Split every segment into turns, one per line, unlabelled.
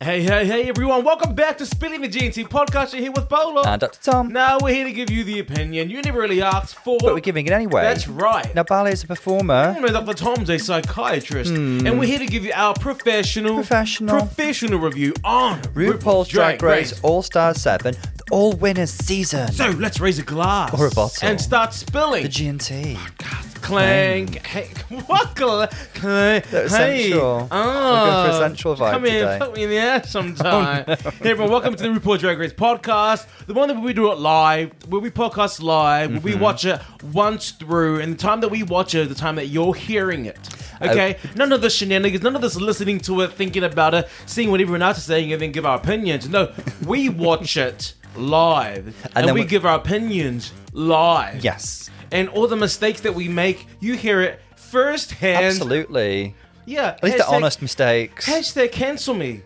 Hey, hey, hey, everyone. Welcome back to Spilling the GNT podcast. You're here with Bolo.
And Dr. Tom.
Now we're here to give you the opinion you never really asked for.
But we're giving it anyway.
That's right.
Now, Bale is a performer.
Remember, Dr. Tom's a psychiatrist, and we're here to give you our professional,
Hmm. Professional.
professional review on
RuPaul's Drag Race All Star 7, the All Winners season.
So let's raise a glass
Or a bottle.
and start spilling.
the G&T.
Clang. Hey, what? Clang. Hey. Oh.
was sensual. We're going for a sensual vibe
Come here,
today. Oh,
fuck me in the ass sometime. Hey, everyone, welcome to the RuPaul Drag Race podcast. The one that we do it live, where we podcast live, where we
Mm-hmm.
watch it once through, and the time that we watch it is the time that you're hearing it. Okay?
Uh,
none of the shenanigans, none of this listening to it, thinking about it, seeing what everyone else is saying, and then give our opinions. No, we watch it live, and,
then
we
we-
give our opinions live
Yes.
and all the mistakes that we make, you hear it firsthand.
Absolutely.
Yeah.
At least they're honest mistakes.
Hashtag cancel me.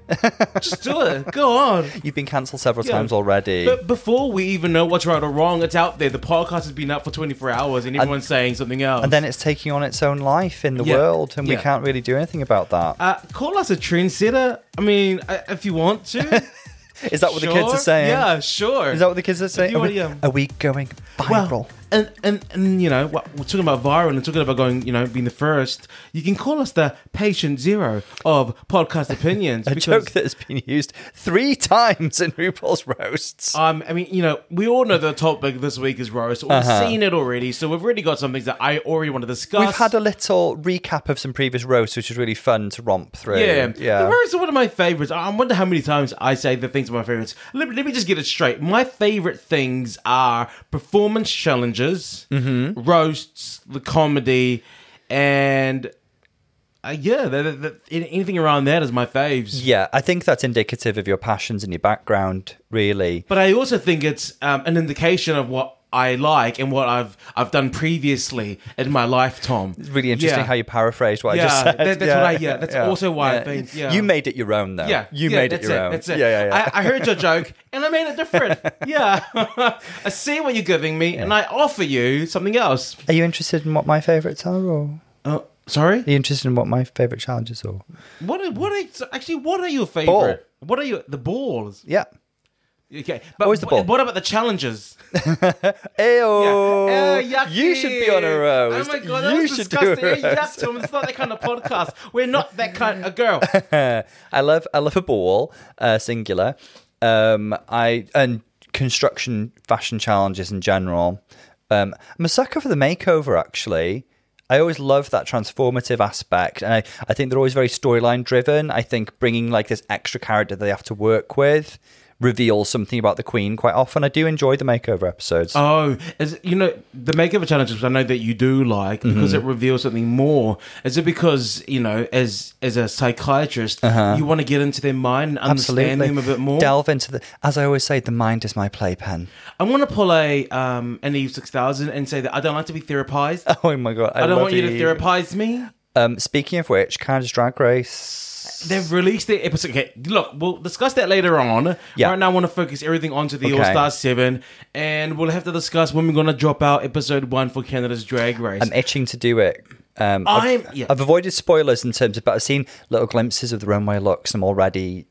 Just do it. Go on.
You've been cancelled several
Yeah.
times already.
But before we even know what's right or wrong, it's out there. The podcast has been up for 24 hours and everyone's saying something else.
and then it's taking on its own life in the
Yeah.
world, and
Yeah.
we can't really do anything about that. Is
uh, call us a trendsetter. I mean, uh, if you want to.
that what the kids
Sure.
are saying?
Yeah, sure.
Is that what the kids are saying?
you
Are
want-
we,
yeah.
are we going viral?
Well, and, and and you know what we're talking about viral and talking about going you know being the first. You can call us the patient zero of podcast opinions.
a joke that has been used three times in RuPaul's roasts.
Um, I mean, you know, we all know the topic this week is roast. We've seen it already, so we've already got some things that I already want to discuss.
Uh-huh. We've had a little recap of some previous roasts, which is really fun to romp through.
yeah, The
yeah.
roast is one of my favorites. I I wonder how many times I say the things are my favorites. Let me, let me just get it straight. My favorite things are performance challenges,
Mm-hmm.
roasts, the comedy, and uh, yeah, the, the, the, anything around that is my faves.
Yeah, I think that's indicative of your passions and your background, really.
But I also think it's um, an indication of what I like and what I've I've done previously in my life, Tom.
It's really interesting
Yeah.
how you paraphrased what I just
Yeah,
said.
that- that's what I- yeah, that's also why I think, yeah.
You made it your own, though.
Yeah,
You
yeah,
made it
that's
your own.
That's it.
Yeah, yeah, yeah.
I, I heard your joke and I made it different. yeah, I see what you're giving me, and I offer you something else.
Are you interested in what my favourites are, or
Oh, sorry.
are you interested in what my favourite challenges are?
What? Are, what? Are, actually, what are your favorite? What are your the balls?
Yeah.
Okay, but
Always the
wh-
ball.
what about the challenges?
Ew.
Yeah. Oh,
you
yucky.
should be on a roast.
Oh my god, that
you
was
should
disgusting.
do a
Hey,
roast.
yuck, Tom, it's not that kind of podcast. We're not that kind of girl.
I love I love a ball, uh, singular. Um, I and construction fashion challenges in general. Um, I'm a sucker for the makeover. Actually, I always love that transformative aspect, and I, I think they're always very storyline driven. I think bringing like this extra character they have to work with reveals something about the queen quite often. I do enjoy the makeover episodes.
Oh, is you know the makeover challenges? which I know that you do like because it
Mm-hmm.
reveals something more. Is it because you know, as as a psychiatrist,
Uh-huh.
you want to get into their mind and understand them a bit more?
Delve into the, as I always say, the mind is my playpen.
I want to pull a um an Eve six thousand and say that I don't like to be therapized.
Oh my god, I,
I don't
love
want you to
Eve.
therapize me.
Um, speaking of which, Canada's Drag Race.
They've released their episode. Okay, look, we'll discuss that later on.
Yeah.
Right now, I want to focus everything onto the
Okay.
All Star 7, and we'll have to discuss when we're going to drop out episode 1 for Canada's Drag Race.
I'm itching to do it. Um,
I'm-
I've,
yeah.
I've avoided spoilers in terms of, but I've seen little glimpses of the runway looks. I'm already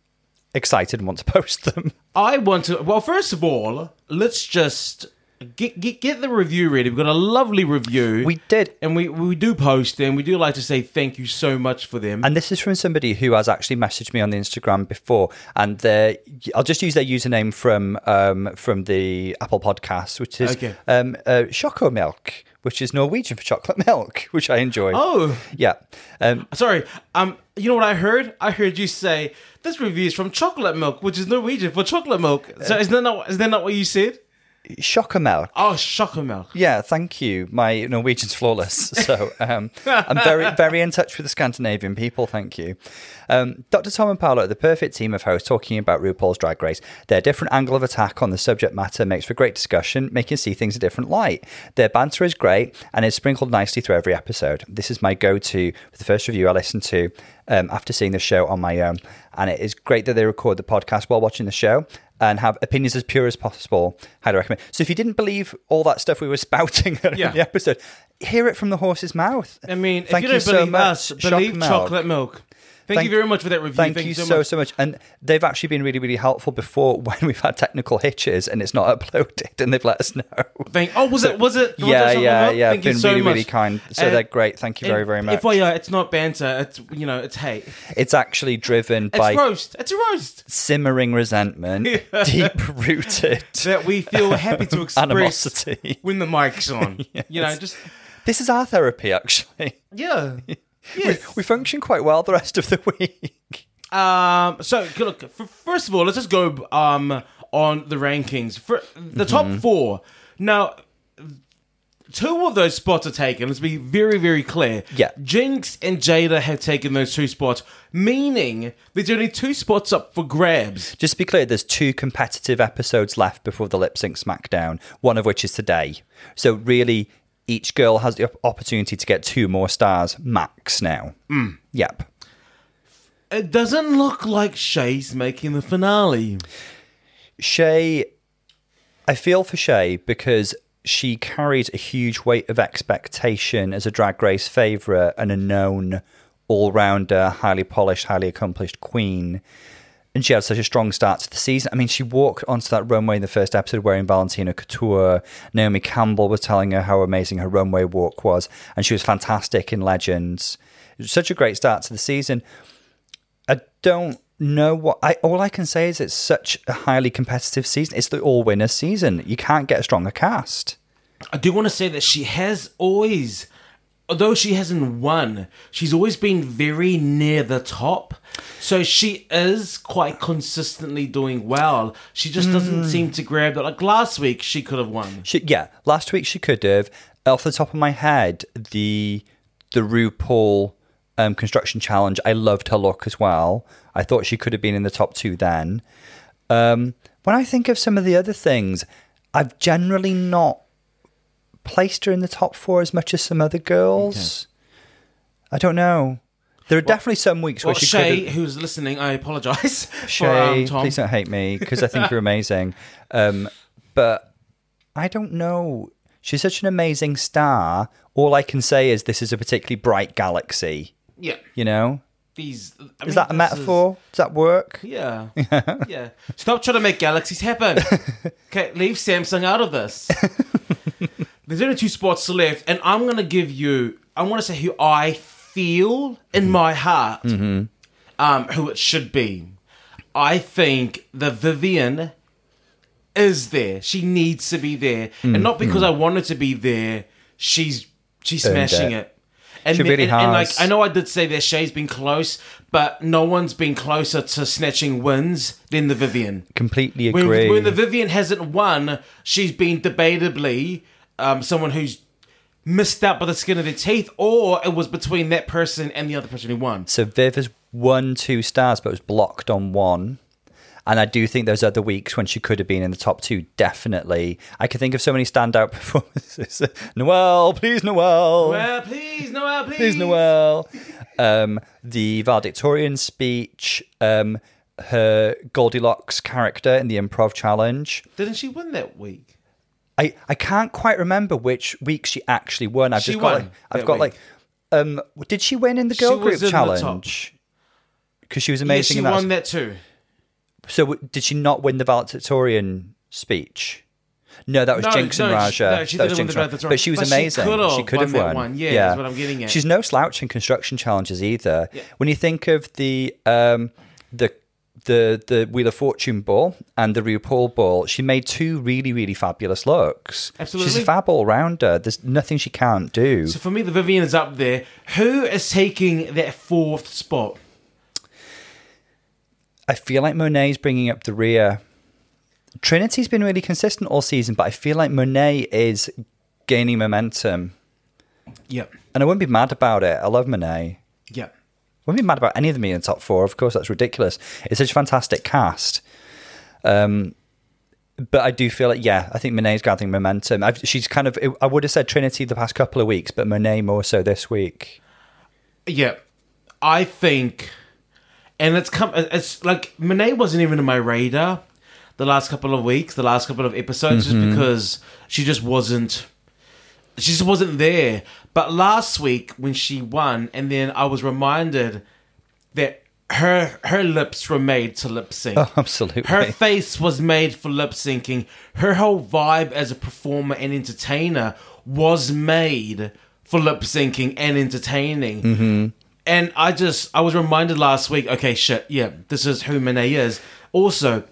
excited and want to post them.
I want to. Well, first of all, let's just get, get, get the review ready. We've got a lovely review.
We did.
And we, we do post them. We do like to say thank you so much for them.
And this is from somebody who has actually messaged me on the Instagram before, and their- I'll just use their username from um, from the Apple Podcast, which is
Okay.
um, uh, Choco Milk, which is Norwegian for chocolate milk, which I enjoy.
oh,
yeah. Um,
sorry. Um, You know what I heard? I heard you say this review is from Chocolate Milk, which is Norwegian for chocolate milk. So is that not, is that not what you said?
Choco Milk.
Oh, Chocolate Milk.
Yeah, thank you. My Norwegian's flawless, so um, I'm very, very in touch with the Scandinavian people. Thank you, um, Dr. Tom and Paolo, are the perfect team of hosts talking about RuPaul's Drag Race. Their different angle of attack on the subject matter makes for great discussion, making see things a different light. Their banter is great and is sprinkled nicely through every episode. This is my go-to for the first review I listened to um, after seeing the show on my own, and it is great that they record the podcast while watching the show and have opinions as pure as possible. Highly recommend. So if you didn't believe all that stuff we were spouting
Yeah.
in the episode, hear it from the horse's mouth.
I mean,
Thank
if you don't
so
believe
much.
us,
Shock
believe
milk.
chocolate milk. Thank, you very much for that review.
Thank, you, so,
much.
so much. And they've actually been really, really helpful before when we've had technical hitches and it's not uploaded and they've let us know.
Thank. Oh, was it? Was it? was
yeah,
it something
yeah,
up?
yeah.
Thank
been
you so
really,
much.
really kind. So
And-
they're great. Thank you very,
and
very much.
FYI, it's not banter. It's you know, it's hate.
it's actually driven
It's
by
roast. It's a roast
simmering resentment, deep rooted
that we feel happy to express
animosity.
when the mic's on. You know,
Yes.
just
This is our therapy, actually.
yeah.
We,
Yes.
we function quite well the rest of the week.
Um. So c- look, f- first of all, let's just go um on the rankings for the
Mm-hmm.
top four. Now, two of those spots are taken. Let's be very, very clear.
Yeah.
Jinx and Jada have taken those two spots, meaning there's only two spots up for grabs.
Just to be clear, there's two competitive episodes left before the Lip Sync SmackDown, one of which is today. So, really, each girl has the op- opportunity to get two more stars max now. Yep.
It doesn't look like Shay's making the finale.
Shay, I feel for Shay because she carried a huge weight of expectation as a drag race favourite and a known all rounder, highly polished, highly accomplished queen. And she had such a strong start to the season. I mean, she walked onto that runway in the first episode wearing Valentina Couture. Naomi Campbell was telling her how amazing her runway walk was, and she was fantastic in Legends. It was such a great start to the season. I don't know what I all I can say is it's such a highly competitive season. It's the all winner season. You can't get a stronger cast.
I do want to say that she has always, although she hasn't won, she's always been very near the top. So she is quite consistently doing well. She just
Hmm.
doesn't seem to grab that. Like last week, she could have won.
She, yeah, last week she could have. Off the top of my head, the the RuPaul um, construction challenge. I loved her look as well. I thought she could have been in the top two then. Um, when I think of some of the other things, I've generally not placed her in the top four as much as some other girls. I don't know. There are definitely some weeks
Well,
where she could
Shay,
have-
who's listening, I apologize. for,
Shay,
um, Tom.
please don't hate me because I think you're amazing. Um, but I don't know. She's such an amazing star. All I can say is this is a particularly bright galaxy.
Yeah.
You know,
These, I
is
mean,
that
this
a
is-
metaphor? Does that work?
yeah. yeah. Stop trying to make galaxies happen. Okay, leave Samsung out of this. There's only two spots left, and I'm gonna give you. I want to say who I feel in my heart, um, who it should be. I think the Vivian is there. She needs to be there, and not because I want her to be there. She's she's
Earned
smashing
it.
it. And,
She
me-
really
and, and, like
has.
I know I did say that Shay's been close, but no one's been closer to snatching wins than the Vivian.
Completely
When,
agree.
when the Vivian hasn't won, she's been debatably um, someone who's missed out by the skin of their teeth, or it was between that person and the other person who won.
So Viv has won two stars, but was blocked on one. And I do think those other weeks when she could have been in the top two, definitely. I can think of so many standout performances. Noel, please, Noel.
Well, please, Noel, please.
Please, Noel. Um, the valedictorian speech, um, her Goldilocks character in the improv challenge.
Didn't she win that week?
I, I can't quite remember which week she actually won. I've
She
just got
won
like, I've
that
got
week.
like, um, did she win in the girl
She
group
was in the top.
challenge? Because she was
Yeah,
amazing
she
in that.
won that too.
So w- did she not win the valedictorian speech? No, that was
No,
Jinx and
no, she-
Raja.
no, she
that
didn't
was
win
Jinx
the
and Raja.
valedictorian.
But she was
But she
amazing.
could have
She could have
won that
won.
one. Yeah, that's what I'm getting at.
She's no slouch in construction challenges either. When you think of the um, the the the Wheel of Fortune ball and the RuPaul ball, she made two really really fabulous looks.
Absolutely.
she's a fab all rounder. There's nothing she can't do.
So for me, the Vivian is up there. Who is taking that fourth spot?
I feel like Monet's bringing up the rear. Trinity's been really consistent all season, but I feel like Monet is gaining momentum.
Yep.
And I wouldn't be mad about it. I love Monet.
Yep.
Wouldn't be mad about any of them being in the top four. Of course, that's ridiculous. It's such a fantastic cast. Um, but I do feel like, yeah, I think Monet's gathering momentum. I've, she's kind of, I would have said Trinity the past couple of weeks, but Monet more so this week.
Yeah, I think, and it's come. It's like Monet wasn't even in my radar the last couple of weeks, the last couple of episodes, just because she just wasn't. She just wasn't there. But last week when she won, and then I was reminded that her her lips were made to lip sync.
Oh, absolutely.
Her face was made for lip syncing. Her whole vibe as a performer and entertainer was made for lip syncing and entertaining. And I just I was reminded last week. Okay, shit. Yeah, this is who Monet is. Also,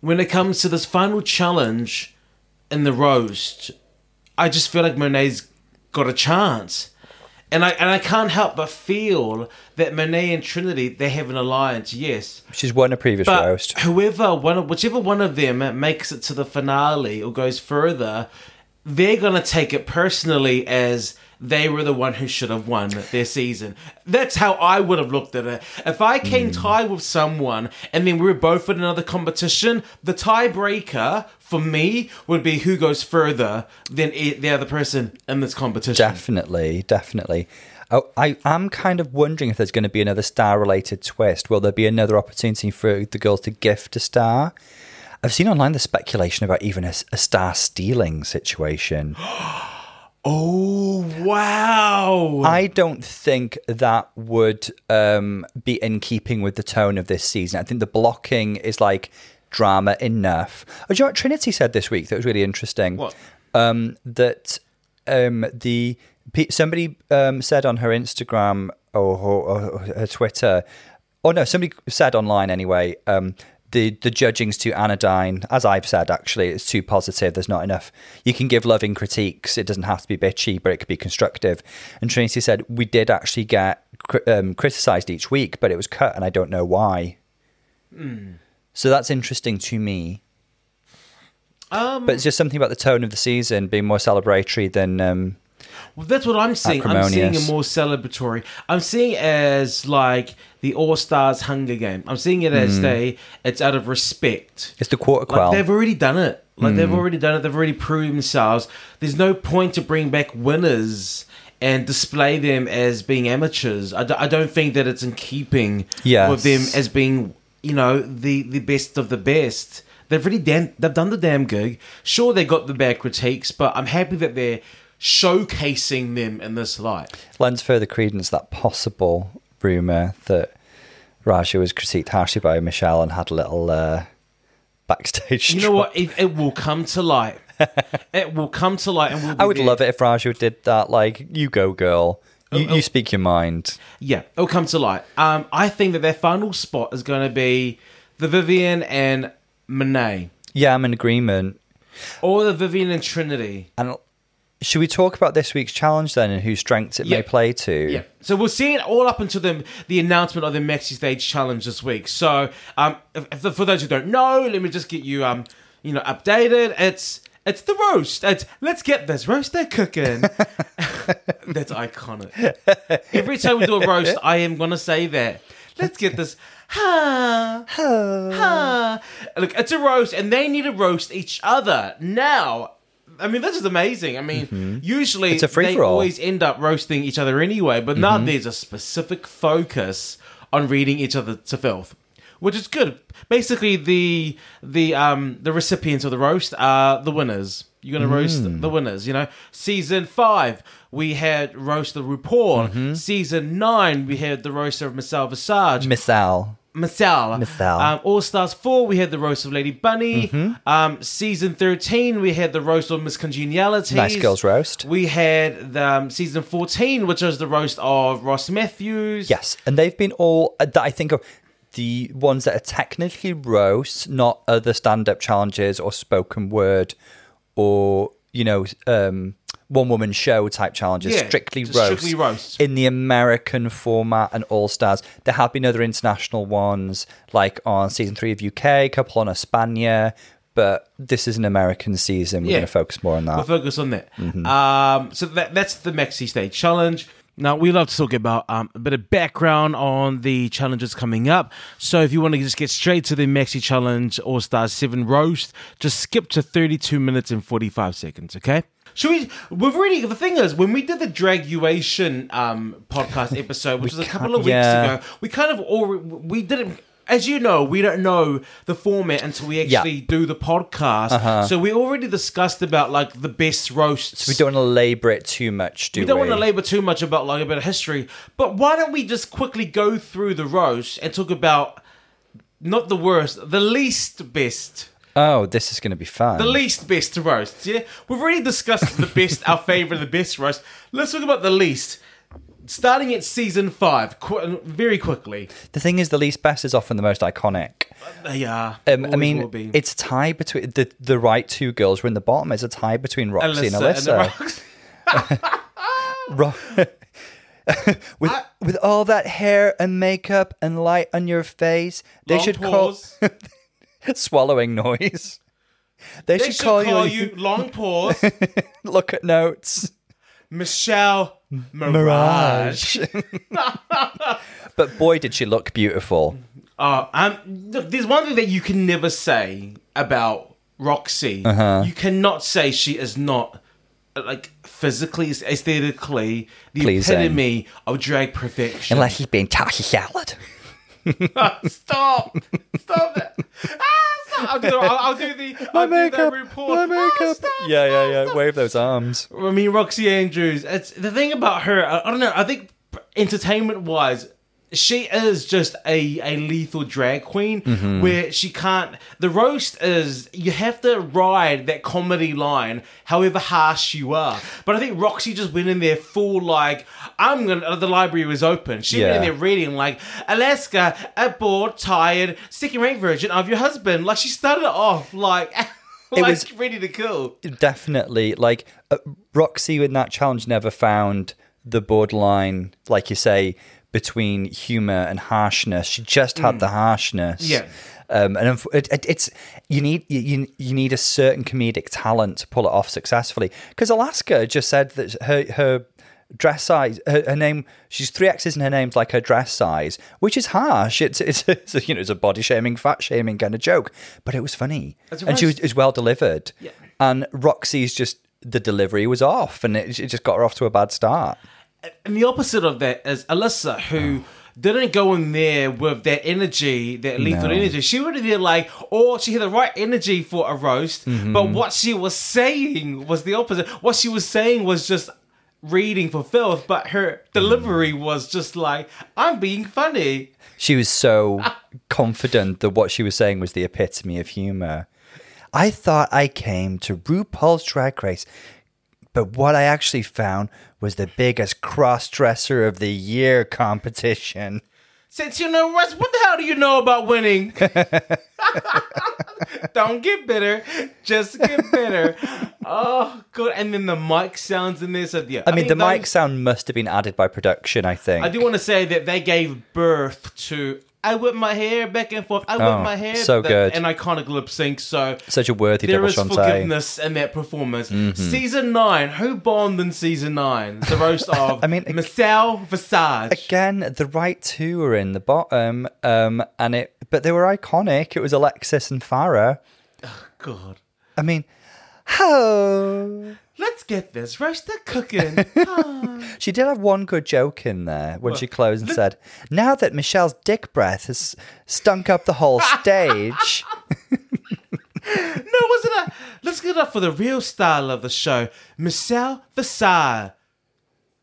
when it comes to this final challenge in the roast, I just feel like Monet's got a chance. And I and I can't help but feel that Monet and Trinity they have an alliance, yes.
She's won a previous
But
roast.
Uh, whoever one of whichever one of them makes it to the finale or goes further, they're gonna take it personally as they were the one who should have won their season. That's how I would have looked at it. If I came tied with someone and then we were both in another competition, the tiebreaker for me would be who goes further than e- the other person in this competition.
Definitely, definitely. I, I am kind of wondering if there's going to be another star-related twist. Will there be another opportunity for the girls to gift a star? I've seen online the speculation about even a, s- a star stealing situation.
Oh wow!
I don't think that would um, be in keeping with the tone of this season. I think the blocking is like drama enough. Oh, do you know what Trinity said this week that was really interesting?
What?
Um, that um, the pe- somebody um, said on her Instagram or, her- or her Twitter, or no, somebody said online anyway. Um, the, the judging's too anodyne, as I've said. Actually, it's too positive. There's not enough. You can give loving critiques. It doesn't have to be bitchy, but it could be constructive. And Trinity said we did actually get cri- um, criticised each week, but it was cut, and I don't know why. So that's interesting to me.
Um,
But it's just something about the tone of the season being more celebratory than um,
Well, that's what I'm seeing. I'm seeing it
Acrimonious.
more celebratory. I'm seeing it as like the All Stars Hunger Game. I'm seeing it as they it's out of respect.
it's the quarter
Like
quell. Mm.
they've already done it. Like they've already done it. They've already proved themselves. There's no point to bring back winners and display them as being amateurs. I, d- I don't think that it's in keeping
Yes.
with them as being you know the the best of the best. They've really damn, they've done the damn gig. Sure, they got the bad critiques, but I'm happy that they're showcasing them in this light.
lends further credence to that possible rumor that Raja was critiqued harshly by Michelle and had a little uh, backstage.
You know what? It, it will come to light. it will come to light, and we'll be
I would
there.
love it if Raja did that. Like, you go, girl. You,
Oh,
you speak your mind.
Yeah, it'll come to light. Um, I think that their final spot is going to be the Vivian and Monet,
Yeah, I'm in agreement.
or the Vivian and Trinity.
And should we talk about this week's challenge then and whose strengths it
Yeah.
may play to?
Yeah. So we'll see it all up until the the announcement of the Maxi Stage Challenge this week. So, um, if, if- for those who don't know, let me just get you um, you know, updated. It's it's the roast. It's let's get this roaster cooking. That's iconic. Every time we do a roast, I am gonna say that. Let's get this. Ha ha. Look, it's a roast, and they need to roast each other now. I mean, this is amazing. I mean, usually
Mm-hmm. It's a
they
free-for-all.
always end up roasting each other anyway, but now there's a specific focus on reading each other to filth, which is good. Basically, the the um the recipients of the roast are the winners. You're gonna roast the winners. You know, season five we had roast the RuPaul. Season nine we had the roast of Michelle Visage.
Missal.
Michelle.
Michelle.
Um, All Stars 4, we had the roast of Lady Bunny.
Mm-hmm.
Um, season 13, we had the roast of Miss Congeniality.
Nice girls roast.
We had the, um, season 14, which was the roast of Ross Matthews.
Yes, and they've been all uh, that I think of the ones that are technically roasts, not other stand-up challenges or spoken word or you know um, one-woman show type challenges.
Yeah,
strictly
just
roast,
strictly roasts.
in the American format and All Stars. There have been other international ones, like on season three of UK, a couple on Espana. But this is an American season. We're
Yeah.
going to focus more on that.
We'll focus on that. Um, so that, that's the Maxi Stage Challenge. Now, we love to talk about um, a bit of background on the challenges coming up. So, if you want to just get straight to the Maxi Challenge All Stars 7 Roast, just skip to 32 minutes and 45 seconds, okay? Should we? We've already. The thing is, when we did the Draguation um, podcast episode, which was a couple
can't-
of weeks
yeah.
ago, we kind of all we didn't as you know, we don't know the format until we actually do the podcast.
Uh-huh.
So we already discussed about like the best roasts.
We don't want to labour it too much, do we?
We don't want to labour too much about like a bit of history, but why don't we just quickly go through the roast and talk about not the worst, the least best,
Oh, this is going to be fun.
the least best roasts. Yeah, we've already discussed the best, our favorite, the best roast. Let's talk about the least. Starting at season five, qu- very quickly.
the thing is, the least best is often the most iconic.
They are.
Um,
always
I
will
mean,
be.
it's a tie between the the right two girls were in the bottom. It's a tie between Roxy and
Alyssa and
Alyssa.
Rox-
Ro- with with all that hair and makeup and light on your face, they
Long
should
pause.
call swallowing noise. They,
They
should call, you,
you long pause,
look at notes.
Michelle Mirage.
but boy, did she look beautiful.
Uh, um, look, there's one thing that you can never say about Roxy.
Uh-huh.
You cannot say she is not uh, like physically, aesthetically, the
Pleasing.
epitome of drag perfection.
Unless she's being tacky salad.
stop, stop that. Ah, stop. I'll, do, I'll, I'll do the I'll do that report. Ah, stop.
yeah, yeah, yeah. Wave those arms.
I mean, Roxy Andrews. It's the thing about her. I, I don't know. I think entertainment wise, she is just a, a lethal drag queen
Mm-hmm.
where she can't. The roast is you have to ride that comedy line, however harsh you are. But I think Roxy just went in there full like I'm gonna. The library was open. She went in
Yeah.
there reading like Alaska, a bored, tired, second rate virgin of your husband. Like she started off like. Like
was-
ready to kill.
Definitely. Like, uh, Roxy in that challenge never found the borderline, like you say, between humor and harshness. She just had the harshness.
Yeah.
Um, and unf- it, it, it's you need you- you you need a certain comedic talent to pull it off successfully. Because Alaska just said that her her dress size, her, her name, she's three X's in her name's like her dress size, which is harsh. It's it's, it's a, you know it's a body shaming, fat shaming kind of joke, but it was funny,
That's
and she
right.
was, it was well delivered.
Yeah.
And Roxy's just the delivery was off, and it, it just got her off to a bad start.
And the opposite of that is Alyssa, who didn't go in there with that energy, that lethal
No.
energy. She went in there like, or she had the right energy for a roast,
Mm-hmm.
but what she was saying was the opposite. What she was saying was just reading for filth, but her delivery
Mm.
was just like, I'm being funny.
She was so confident that what she was saying was the epitome of humor. I thought I came to RuPaul's Drag Race, but what I actually found was the biggest cross dresser of the year competition.
Since you know Russ, what the hell do you know about winning? Don't get bitter, just get bitter. Oh, good. And then the mic sounds in there. So yeah,
I mean, the
mics.
mic sound must have been added by production, I think.
I do want to say that they gave birth to I whip my hair back and forth. I whip
Oh,
my hair.
so
the-
good.
An iconic lip sync. So
Such a worthy
there
double Mm-hmm.
is
chante.
forgiveness in that performance. Season nine. Who bombed in season nine? The roast of
I mean, ag-
Michelle Visage.
Again, the right two were in the bottom, um, and it, but they were iconic. It was Alexis and Farah.
God.
I mean, oh.
Let's get this roaster cooking.
She did have one good joke in there when she closed and said, "Now that Michelle's dick breath has stunk up the whole stage."
No, wasn't that? Let's get up for the real style of the show. Michelle Visage.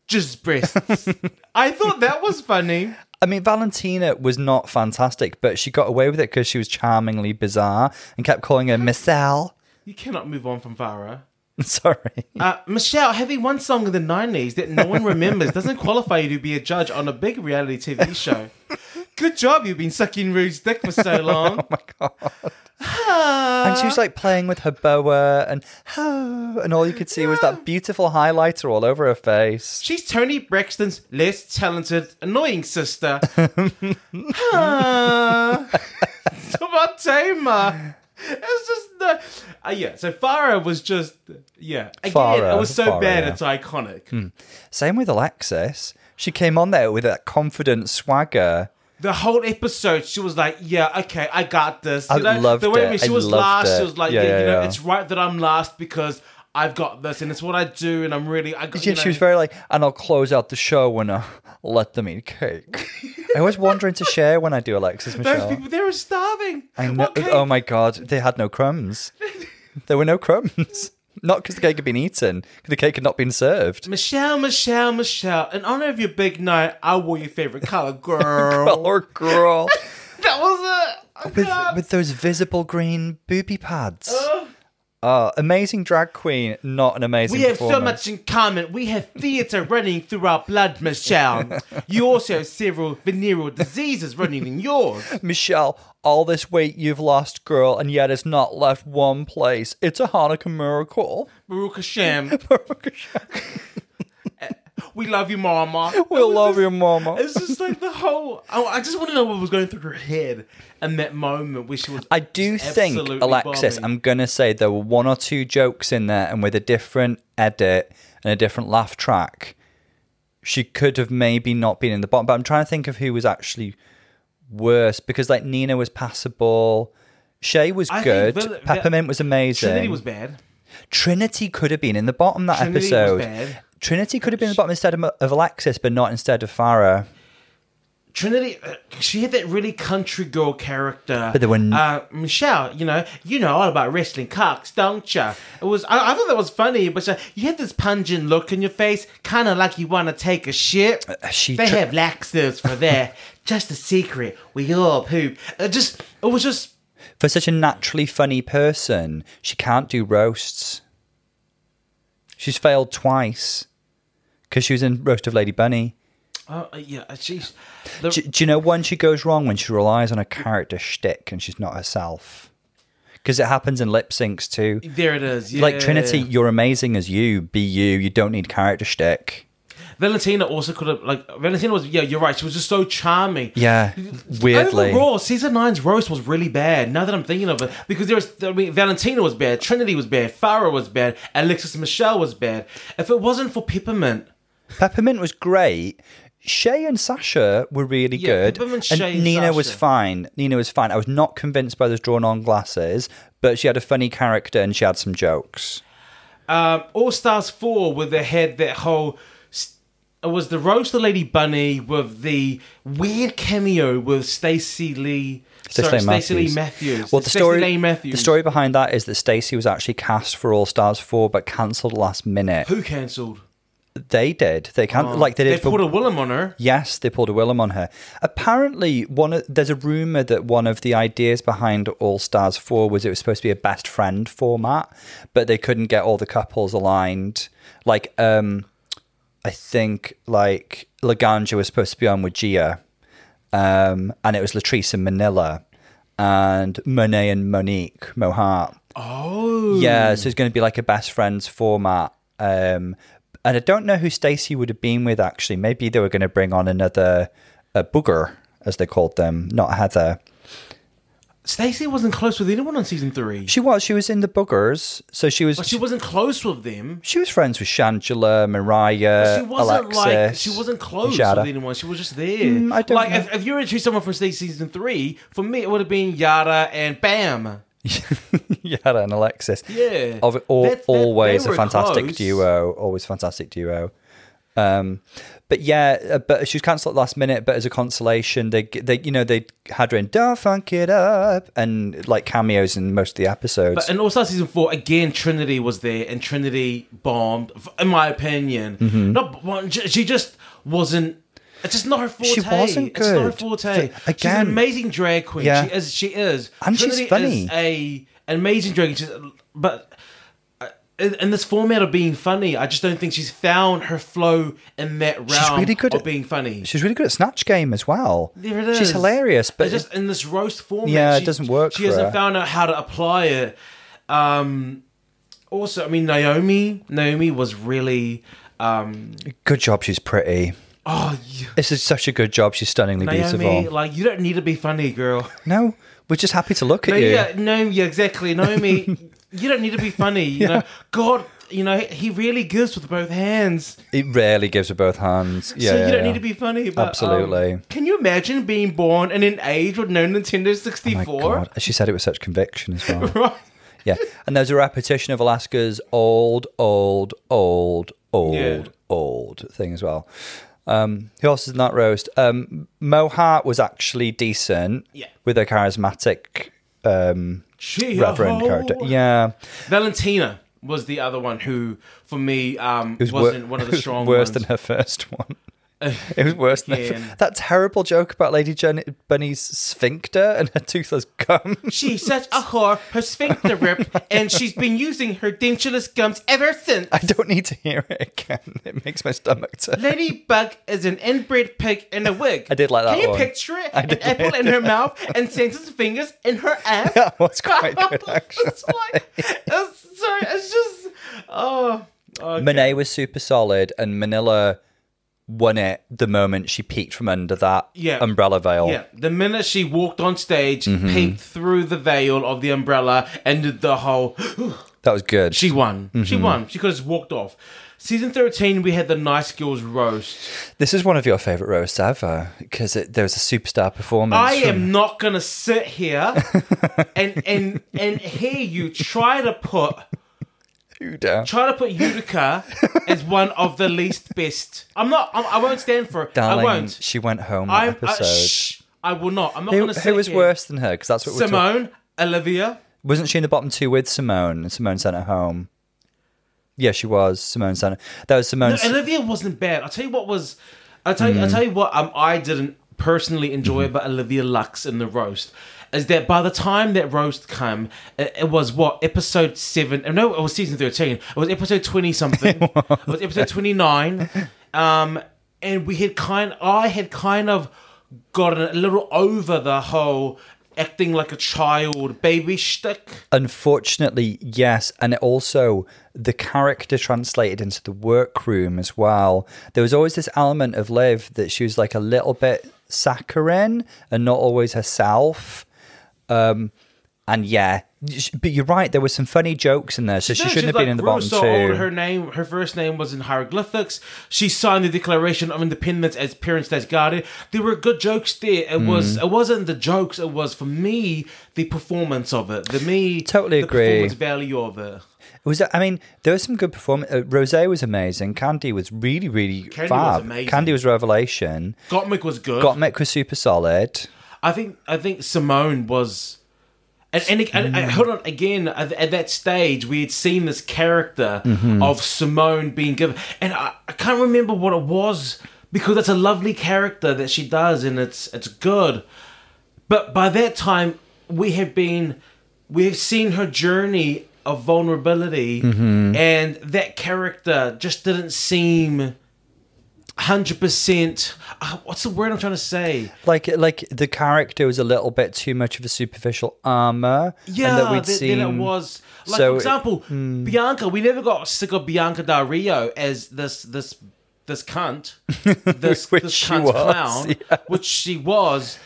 Just breasts. I thought that was funny.
I mean, Valentina was not fantastic, but she got away with it because she was charmingly bizarre and kept calling her Michelle.
You cannot move on from Farah.
Sorry.
Uh, Michelle, having one song in the 90s that no one remembers doesn't qualify you to be a judge on a big reality TV show. Good job, you've been sucking Rude's dick for so long. Ah. oh my god.
And she was like playing with her boa and oh, and all you could see was that beautiful highlighter all over her face.
She's Tony Braxton's less talented, annoying sister. Ah. About Tamer. It's just no. Uh, yeah, so Farah was just. Yeah. Again, it
Farah,
was so
Farah,
bad,
yeah. Mm.
it's iconic.
Same with Alexis. She came on there with that confident swagger.
the whole episode, she was like, "Yeah, okay, I got this." You
I
know,
loved
the way
it.
she
I
was
loved
last,
it.
she was like, "Yeah,
Yeah, yeah,
you know,
yeah.
it's right that I'm last because I've got this, and it's what I do, and I'm really. I got,
Yeah,
you know,
she was very like, and I'll close out the show when I let them eat cake. I always wander into share when I do Alexis
Those
Michelle.
people, they were starving.
I know.
What cake?
Oh my god, they had no crumbs. there were no crumbs. Not because the cake had been eaten, 'cause the cake had not been served.
Michelle, Michelle, Michelle, in honor of your big night, I wore your favorite color,
Well,
Oh, girl.
or girl,
that was it. I
with,
can't.
with those visible green booby pads. Oh, amazing drag queen, not an amazing.
We have so much
performance.
in common. We have theatre running through our blood, Michelle. You also have several venereal diseases running in yours.
Michelle, all this weight you've lost, girl, and yet it's not left one place. It's a Hanukkah miracle.
Baruch Hashem, we love you, Mama.
we'll love you, mama.
It's just like the whole. I, I just want to know what was going through her head in that moment where she was.
I do think,
absolutely
Alexis,
bombing.
I'm going to say there were one or two jokes in there, and with a different edit and a different laugh track, she could have maybe not been in the bottom. But I'm trying to think of who was actually worse because, like, Nina was passable. Shay was
I think
good.
Vil-
Peppermint was amazing.
Trinity was bad.
Trinity could have been in the bottom that
Trinity was
episode.
bad.
Trinity could have been in the bottom instead of, of Alexis, but not instead of Farah.
Trinity, uh, she had that really country girl character.
But there were n-
uh, Michelle. You know, you know all about wrestling cocks, don't you? It was. I, I thought that was funny, but uh, you had this pungent look in your face, kind of like you want to take a shit.
Uh, she
they
tr-
have laxatives for that. just a secret. We all poop. It just. It was just.
For such a naturally funny person, she can't do roasts. She's failed twice because she was in Roast of Lady Bunny.
Oh yeah, she's. the-
Do, do you know when she goes wrong? When she relies on a character shtick and she's not herself. Because it happens in lip syncs too.
there it is. Yeah.
Like Trinity, you're amazing as you. Be you. You don't need character shtick.
Valentina also could have like Valentina was yeah you're right she was just so charming
Yeah, weirdly.
Overall, season nine's roast was really bad. Now that I'm thinking of it, because there was I mean, Valentina was bad, Trinity was bad, Farah was bad, Alexis Michelle was bad. If it wasn't for Peppermint,
Peppermint was great. Shay and Sasha were really
Yeah,
good.
Peppermint,
and
Shay, and
Nina was
Sasha.
fine. Nina was fine. I was not convinced by those drawn on glasses, but she had a funny character and she had some jokes.
um, All Stars Four, where they had that whole s- it was the roast the Lady Bunny with the weird cameo with Stacey Lee. sorry, Stacey Lee Matthews.
Well, the
Stacey
story,
Lee Matthews.
the story behind that is that Stacey was actually cast for All Stars 4 but cancelled last minute.
Who cancelled?
They did. They can like they
Oh. They
did for
put a Willem on her.
Yes, they pulled a Willem on her. Apparently, one of, there's a rumor that one of the ideas behind All Stars Four was it was supposed to be a best friend format, but they couldn't get all the couples aligned. Like, um, I think like Laganja was supposed to be on with Gia, um, and it was Latrice and Manila, and Monet and Monique Mohart.
Oh,
Yeah, so it's going to be like a best friends format. Um, and I don't know who Stacey would have been with actually. Maybe they were going to bring on another uh, booger, as they called them, not Heather.
Stacey wasn't close with anyone on season three.
She was. She was in the boogers, so she was.
But she
she,
wasn't close with them.
was friends with Shangela, Mariah,
She wasn't
Uh, Alexis.
like she wasn't close
Yada. Mm,
with anyone. She was just there.
I don't
like
know.
if, if you were to choose someone from Stacey season three, for me it would have been Yada and Bam.
Yada and Alexis.
Yeah.
Of, al-
That- that-
always
they
a
were
fantastic
close.
duo. Always fantastic duo. Um, but yeah, uh, but she was cancelled at the last minute. But as a consolation, they they you know they had her in "Don't Funk It Up" and like cameos in most of the episodes.
But uh, in All Star season four, again Trinity was there, and Trinity bombed, f- in my opinion.
Mm-hmm.
Not one. j- She just wasn't. It's just not her forte.
She wasn't
It's not her
good.
forte.
Th-
she's an
again-
amazing drag queen.
Yeah.
She is. She is.
And she's funny.
Is a an amazing drag queen. She's- but uh, in, in this format of being funny, I just don't think she's found her flow in that realm.
really good
of
at-
being funny.
She's really good at Snatch Game as well.
There it is.
She's hilarious, but
It's just in this roast format,
Yeah, it doesn't work
She
for
hasn't
her.
found out how to apply it. Um, also, I mean, Naomi, Naomi was really. Um,
good job. She's pretty.
oh, yeah.
This is such a good job. She's stunningly
Naomi,
beautiful.
like you don't need to be funny, girl.
No, we're just happy to look at
No,
you.
yeah, no, yeah, exactly. Naomi, you don't need to be funny. You know, God, you know, he really gives with both hands.
It rarely gives her both hands. Yeah,
so you
yeah,
don't
yeah.
need to be funny. But, um,
Absolutely. Oh
can you imagine being born in an age with no Nintendo
My
64?
God, she said it with such conviction as well.
Right.
Yeah. And there's a repetition of Alaska's old, old, old, old,
Yeah.
old thing as well. Um, who else is in that roast? Um, Mo Hart was actually decent
Yeah.
with her charismatic um,
She
reverend character. Yeah.
Valentina was the other one who, for me, um,
It was wor-
wasn't one of
it
the
was
strong ones.
worse
Uh,
than her first one. It was worse than her
Again.
fir- that terrible joke about Lady Jen- Bunny's sphincter and her toothless gum.
She's such a whore. Her sphincter ripped, and she's been using her dentulous gums ever since.
I don't need to hear it again. It makes my stomach turn.
Ladybug is an inbred pig in a wig. I
did like that
Can you
one.
picture it?
I
An
did.
apple in her mouth and Santa's fingers in her ass.
That was quite good,
it's like, it's, sorry, it's just, oh, oh,
Monet was super solid, and Manila won it the moment she peeked from under that
Yeah.
umbrella veil.
Yeah, the minute she walked on stage,
Mm-hmm.
peeped through the veil of the umbrella, and did the whole.
That was good.
she won.
Mm-hmm.
She won. She could have just walked off. Season thirteen, we had the Nice Girls roast.
this is one of your favorite roasts ever because there was a superstar performance.
I
from-
am not gonna sit here and and and hear you try to put
Udo.
try to put Utica as one of the least best. I'm not. I'm, I won't stand for it.
Darling,
I won't.
She went home. that
I'm. I,
episode.
shh, I will not. I'm not
who,
gonna sit
who was
here.
worse than her? Because that's what we're talking.
Simone, Olivia.
Wasn't she in the bottom two with Simone? And Simone sent her home. Yeah, she was. Simone sent her. That was Simone.
Olivia wasn't bad. I'll tell you what was. I'll tell you. I'll tell you what. Um, I didn't personally enjoy about Olivia Lux in the roast is that by the time that roast came, it, it was what episode seven? uh, No, it was season thirteen. It was episode twenty something. it was episode twenty nine. Um, and we had kind. I had kind of gotten a little over the whole acting like a child baby shtick.
Unfortunately, yes, and it also the character translated into the workroom as well. There was always this element of Liv that she was like a little bit saccharine and not always herself. Um, and yeah, sh- but you're right. There were some funny jokes in there, so she
No,
shouldn't have
she's,
been in the
grew
bottom
so
two.
Old, her name, her first name was in hieroglyphics. She signed the Declaration of Independence as parents that's guarded. There were good jokes there. It
Hmm.
was it wasn't the jokes. It was for me the performance of it. The me
Totally
the
agree.
Performance value of it.
It was I mean, there was some good performance. Uh, Rose was amazing. Candy was really, really
Candy was
fab.
amazing.
Candy was revelation.
Gottmik was good.
Gottmik was super solid.
I think I think Simone was. And, and, and, and hold on again at, at that stage we had seen this character of Simone being given and I, I can't remember what it was because it's a lovely character that she does and it's it's good but by that time we have been we have seen her journey of vulnerability and that character just didn't seem 100% uh, what's the word I'm trying to say
Like, like the character was a little bit too much of a superficial armor.
Yeah,
and that we'd
th-
seen.
then it was like for
so it-
example,
Hmm.
Bianca. We never got sick of Bianca Del Rio as this this this cunt, this
Which
this
she
cunt
was,
clown,
yeah.
which she was.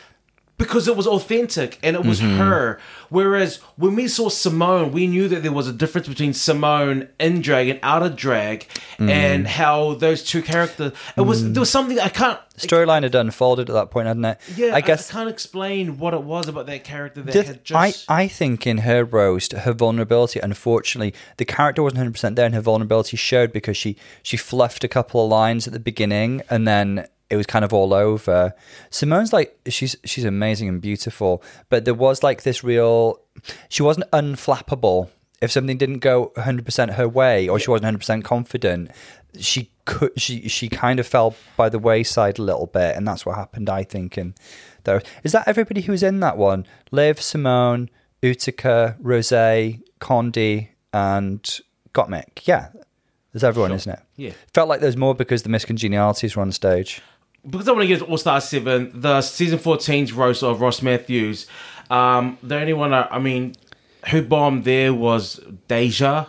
Because it was authentic and it was
Mm-hmm.
her. Whereas when we saw Simone, we knew that there was a difference between Simone in drag and out of drag,
Mm.
and how those two characters. It was there was something I can't.
Storyline had unfolded at that point, hadn't it?
Yeah,
I guess.
can't explain what it was about that character that
the-
had just.
I, I think in her roast, her vulnerability, unfortunately, the character wasn't 100% there and her vulnerability showed because she, she fluffed a couple of lines at the beginning and then it was kind of all over. Simone's like, she's, she's amazing and beautiful, but there was like this real, she wasn't unflappable. If something didn't go 100% her way or she wasn't 100% confident, she could she she kind of fell by the wayside a little bit and that's what happened i think in there is that everybody who was in that one liv simone utica rose condi and gottmik yeah there's everyone isn't it
Yeah.
felt like there's more because the miscongenialities were on stage
because I want to get All Star Seven, the season 14's roast of Ross Matthews. Um, the only one I, I mean, who bombed there was Deja,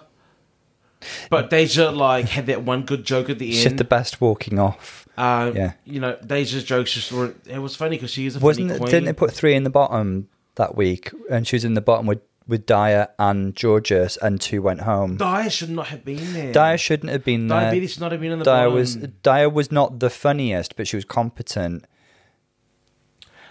but Deja like had that one good joke at the
she had
end.
the best walking off
um,
yeah.
you know, Deja's jokes just were. It was funny because she is a
wasn't
funny
it,
queen.
didn't it put three in the bottom that week and she was in the bottom with with dyer and georges and two went home
Dyer should not have been there.
dyer shouldn't have been there
diabetes should not have been in the
Dyer
bottom.
was Dyer was not the funniest, but she was competent.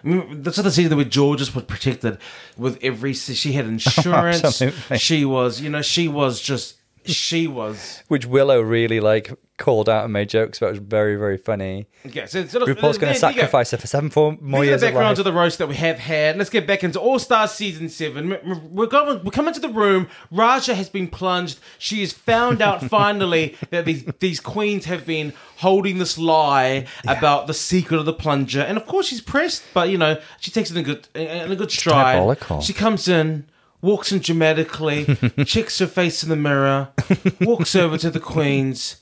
I mean, That's not the season where Georges was protected with every. She had insurance.
Oh, Absolutely.
she was, you know, she was just. She was.
which Willow really like called out and made jokes about. It was very, very funny.
Yeah, so, so
RuPaul's
there
going
you
to
go.
sacrifice her for seven four more
Let's
years
get
of
back around
life.
to the roast that we have had. Let's get back into All Star Season 7. M- m- We're, going, we're coming to the room. Raja has been plunged. She has found out finally that these, these queens have been holding this lie about the secret of the plunger. And of course, she's pressed, but you know, she takes it in a good, in a good stride.
diabolical.
She comes in. Walks in dramatically, checks her face in the mirror, walks over to the queens.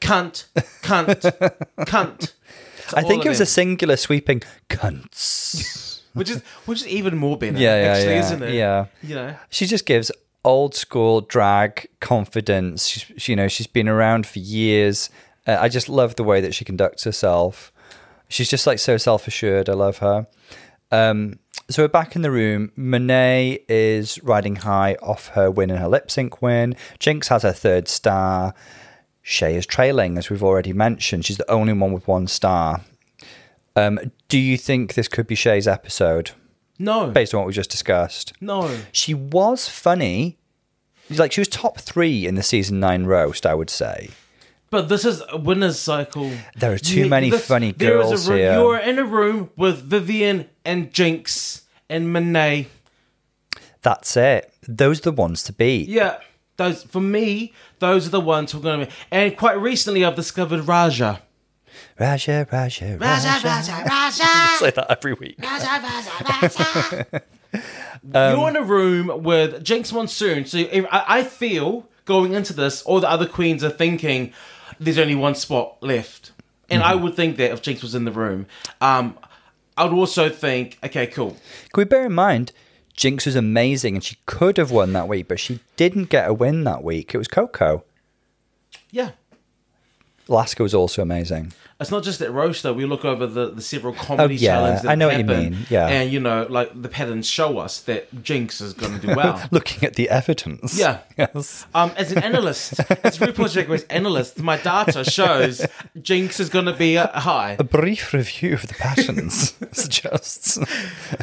Cunt, cunt, cunt.
I
all
think
of
it was
them.
a singular sweeping cunts.
which is which is even more better.
Yeah, yeah,
actually,
yeah,
isn't it?
yeah.
you know,
she just gives old school drag confidence. She's, she- you know, she's been around for years. Uh, I just love the way that she conducts herself. She's just like so self assured. I love her. Um, so we're back in the room. Monet is riding high off her win and her lip sync win. Jinx has her third star. Shay is trailing, as we've already mentioned. She's the only one with one star. Um, do you think this could be Shay's episode,
no,
based on what we just discussed?
no,
She was funny. She's Like she was top three in the season nine roast, I would say.
but this is a winner's cycle.
There are too many funny
there is
girls
a room,
here.
You are in a room with Vivian and Jinx and Monet.
That's it. Those are the ones to beat.
Yeah, those for me, those are the ones who are going to. be And quite recently, I've discovered Raja.
Raja, Raja, Raja.
Raza, raza, raza,
Say that every week.
raza, raza, raza.
Um,
You're in a room with Jinx Monsoon, so if- I, I feel going into this, all the other queens are thinking there's only one spot left, and I
Mm-hmm.
would think that if Jinx was in the room, um, I would also think, okay, cool,
Can we bear in mind, Jinx was amazing and she could have won that week, but she didn't get a win that week. It was Coco.
yeah.
Alaska was also amazing.
It's not just that roast though. We look over the, the several comedy
Oh, yeah.
challenges that
I know what you
happen,
mean, yeah.
and you know, like the patterns show us that Jinx is going to do well.
Looking at the evidence.
Yeah.
Yes.
Um, as an analyst, as RuPaul's Drag Race analyst, my data shows Jinx is going to be uh, high.
A brief review of the patterns suggests.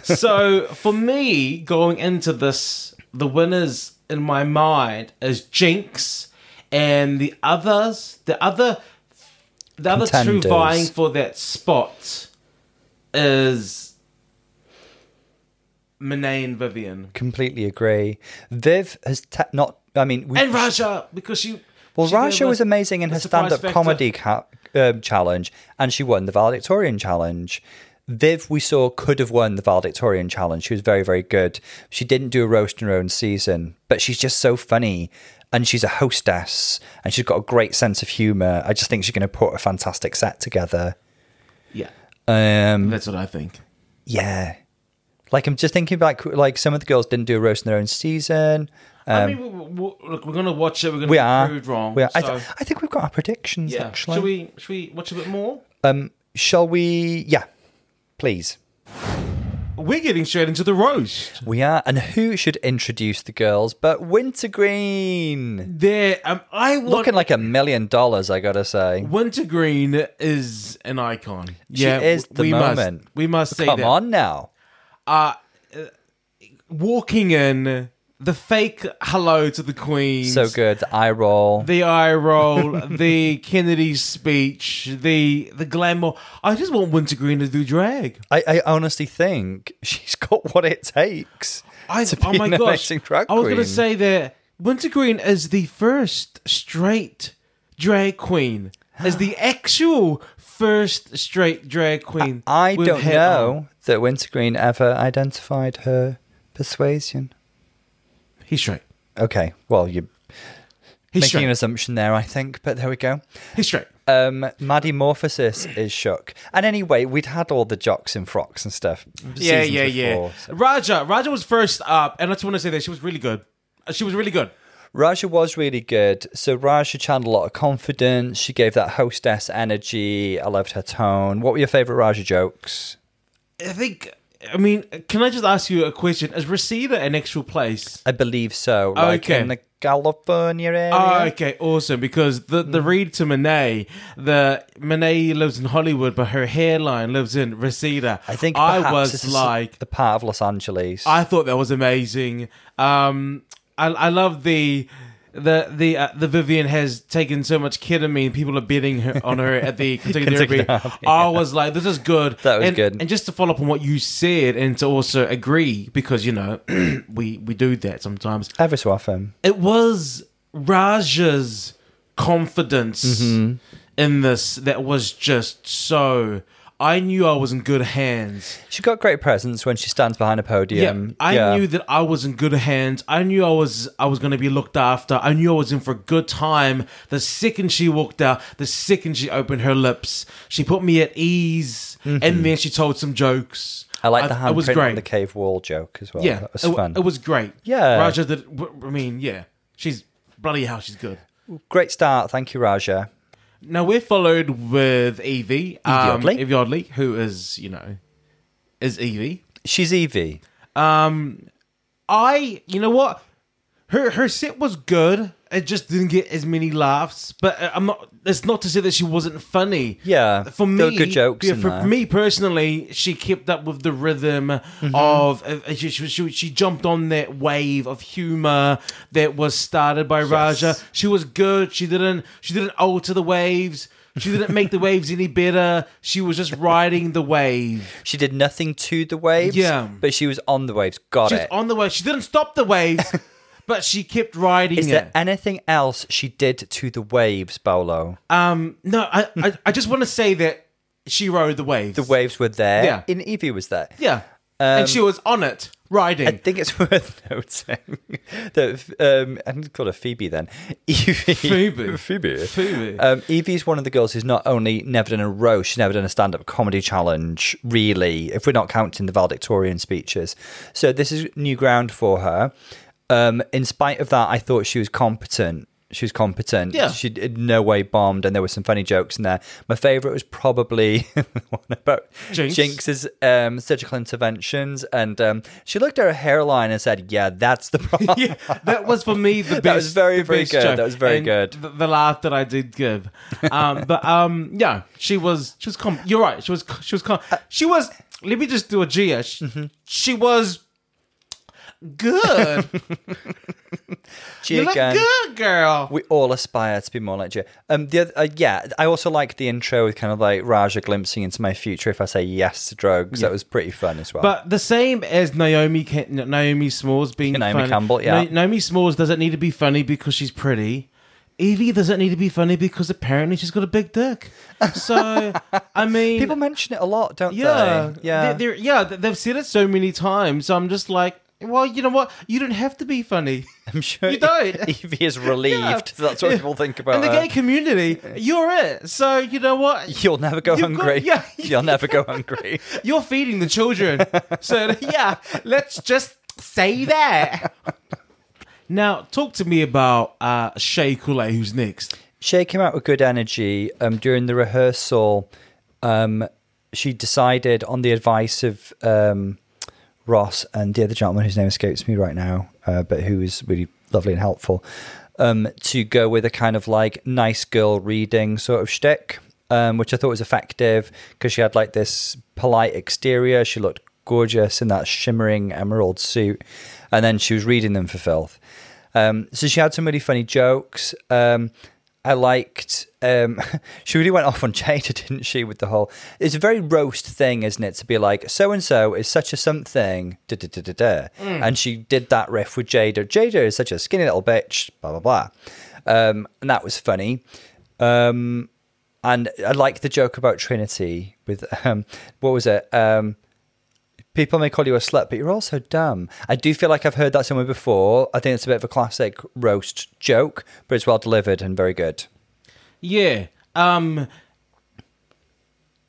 so for me, going into this, the winners in my mind is Jinx, and the others, the other, the other two
Contenders.
vying for that spot is Monet and Vivian
Completely agree. Viv has te- not. I mean, we,
and Raja because she.
Well,
she
Rasha
gave
was
us
amazing in
the
her
surprise
stand up
factor.
comedy ca- um, challenge, and she won the valedictorian challenge. Viv, we saw, could have won the valedictorian challenge. She was very, very good. She didn't do a roast in her own season, but she's just so funny, and she's a hostess, and she's got a great sense of humor. I just think she's going to put a fantastic set together.
Yeah,
Um,
that's what I think.
yeah, like I'm just thinking about like some of the girls didn't do a roast in their own season. Uh,
I mean, we, we, look, we're gonna watch it. We're gonna
Um, We
be
are.
proved wrong.
We are. I,
so,
th- I think we've got our predictions
yeah.
actually.
Should we? Should we watch a bit more?
Um, Shall we? Yeah, please.
We're getting straight into the roast.
We are. And who should introduce the girls but Wintergreen?
There, um, I want
Looking like a million dollars, I gotta say.
Wintergreen is an icon. yeah,
is the
we
moment.
Must, we must say
Come
that. Uh,
on now.
Walking in, the fake hello to the Queen.
So good. The eye roll.
The eye roll, the Kennedy speech, the the glamour. I just want Wintergreen to do drag.
I, I honestly think she's got what it takes.
I,
to
oh
be
my
an
gosh!
amazing drag
I was going to
queen.
say that Wintergreen is the first straight drag queen. Is the actual first straight drag queen.
I
with
don't
hair on.
know that Wintergreen ever identified her persuasion.
He's straight.
Okay, well, you're
He's
making
straight.
an assumption there, I think, but there we go.
He's straight.
Um, Maddie Morphosis is shook. And anyway, we'd had all the jocks in frocks and stuff.
Yeah,
seasons
yeah,
before,
yeah.
so-
Raja, Raja was first up, and I just want to say that she was really good. Uh, She was really good.
Raja was really good. So Raja channeled a lot of confidence. She gave that hostess energy. I loved her tone. What were your favorite Raja jokes?
I think. I mean, can I just ask you a question? Is Reseda an actual place?
I believe so. Like
Okay.
in the California area.
Oh, okay, awesome. Because the
Hmm.
the read to Monet, the Monet lives in Hollywood, but her hairline lives in Reseda.
I think
I
perhaps
was
this is
like,
the part of Los Angeles.
I thought that was amazing. Um, I I love the. The the uh, the Vivian has taken so much ketamine. People are bidding her, on her at the Kentucky
Kentucky
Derby.
Derby,
I was like, this is good.
That was
and,
good.
And just to follow up on what you said, and to also agree because you know we we do that sometimes
Ever so often.
it was Raja's confidence
Mm-hmm.
in this that was just so. I knew I was in good hands.
She got great presence when she stands behind a podium.
I
Yeah.
knew that I was in good hands. I knew I was I was going to be looked after. I knew I was in for a good time. The second she walked out, the second she opened her lips, she put me at ease, and then she told some jokes.
Mm-hmm. I like the handprint
It was great.
on the cave wall joke as well.
yeah,
that was
it,
fun.
it was great.
Yeah.
Raja did. I mean, yeah, she's bloody hell, she's good.
great start. Thank you, Raja.
Now we're followed with Evie, um,
Oddly.
Evie Oddly, who is you know, is Evie.
She's E Evie.
I, you know what, her her set was good. It just didn't get as many laughs. But uh, I'm not. It's not to say that she wasn't funny.
Yeah,
for me,
there were good jokes
Yeah,
in
for
there.
me personally, she kept up with the rhythm
Mm-hmm.
of. Uh, she, she she she jumped on that wave of humor that was started by Raja. She was good. She didn't she didn't alter the waves. She didn't make the waves any better. She was just riding the wave.
She did nothing to the waves.
Yeah.
but she was on the waves. Got
She was
it.
on the wave. She didn't stop the waves, but she kept riding
Is
it.
there anything else she did to the waves, Bolo?
Um, no, I, I, I just want to say that she rode the waves.
the waves were there.
Yeah.
In Evie was there.
Yeah. and
Um,
she was on it, riding.
I think it's worth noting that um, I think it's called her Phoebe then. Evie.
Phoebe.
Phoebe.
Phoebe.
Um, Evie is one of the girls who's not only never done a row, she's never done a stand up comedy challenge, really, if we're not counting the valedictorian speeches. So this is new ground for her. Um, in spite of that, I thought she was competent. She was competent.
Yeah.
She in no way bombed, and there were some funny jokes in there. My favourite was probably the one about
Jinx.
Jinx's um, surgical interventions. And um, she looked at her hairline and said, Yeah, that's the problem.
yeah, that was for me the best.
That was very,
the
very
best
good.
joke.
That was very
And
good.
The, the laugh that I did give, um, but um, yeah, she was she was calm. You're right. She was she was calm.
Uh,
She was. Let me just do a Gia. She,
Mm-hmm.
she was good.
She
you look
again-
good, girl.
We all aspire to be more like Jay. Um, the other, uh, yeah, I also like the intro with kind of like Raja glimpsing into my future if I say yes to drugs. That was pretty fun as well.
But the same as Naomi Ca- Naomi Smalls being
Naomi
funny.
Campbell, yeah.
Na- Naomi Smalls doesn't need to be funny because she's pretty. Evie doesn't need to be funny because apparently she's got a big dick. So I mean,
people mention it a lot, don't
yeah,
they? Yeah,
they're, they're- yeah, th- they've said it so many times. So I'm just like, well, you know what? You don't have to be funny.
I'm sure
you don't.
Evie is relieved.
Yeah.
That's what people think
In
about.
the
her.
gay community, you're it. So you know what?
You'll never go
You've got-
hungry.
yeah.
You'll never go hungry.
You're feeding the children. so, yeah, let's just say that. Now, talk to me about uh, Shay Coulee, who's next.
Shay came out with good energy um, during the rehearsal. Um, she decided, on the advice of um, Ross and the other gentleman whose name escapes me right now, uh, but who is really lovely and helpful, um, to go with a kind of like nice girl reading sort of shtick, um, which I thought was effective because she had like this polite exterior. She looked gorgeous in that shimmering emerald suit, and then she was reading them for filth. Um, so she had some really funny jokes. Um, I liked. Um, she really went off on Jada, didn't she? With the whole, it's a very roast thing, isn't it? To be like, so and so is such a something, da da da da da, and she did that riff with Jada. Jada is such a skinny little bitch, blah blah blah, um, and that was funny. Um, and I like the joke about Trinity with um, what was it? Um, People may call you a slut, but you're also dumb. I do feel like I've heard that somewhere before. I think it's a bit of a classic roast joke, but it's well delivered and very good.
Yeah. Um,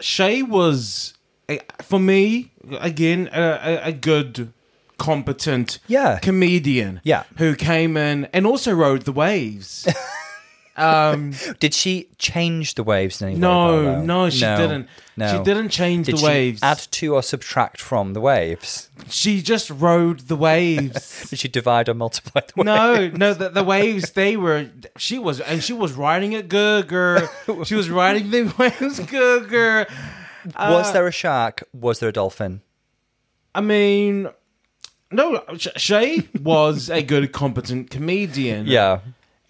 Shay was, uh, for me, again, a, a, a good, competent
Yeah.
comedian
Yeah.
Oh, who came in and also rode the waves. Um,
Did she change the waves in any way,
no,
Paolo?
no, she didn't.
no.
She didn't change
Did
the
she
waves.
add to or subtract from the waves?
she just rode the waves.
Did she divide or multiply the waves?
No, no, the, the waves they were. She was, and she was riding it, Gurger. She was riding the waves, Gurger. uh,
Was there a shark? Was there a dolphin?
I mean, no, Sh- Shay was a good, competent comedian.
Yeah.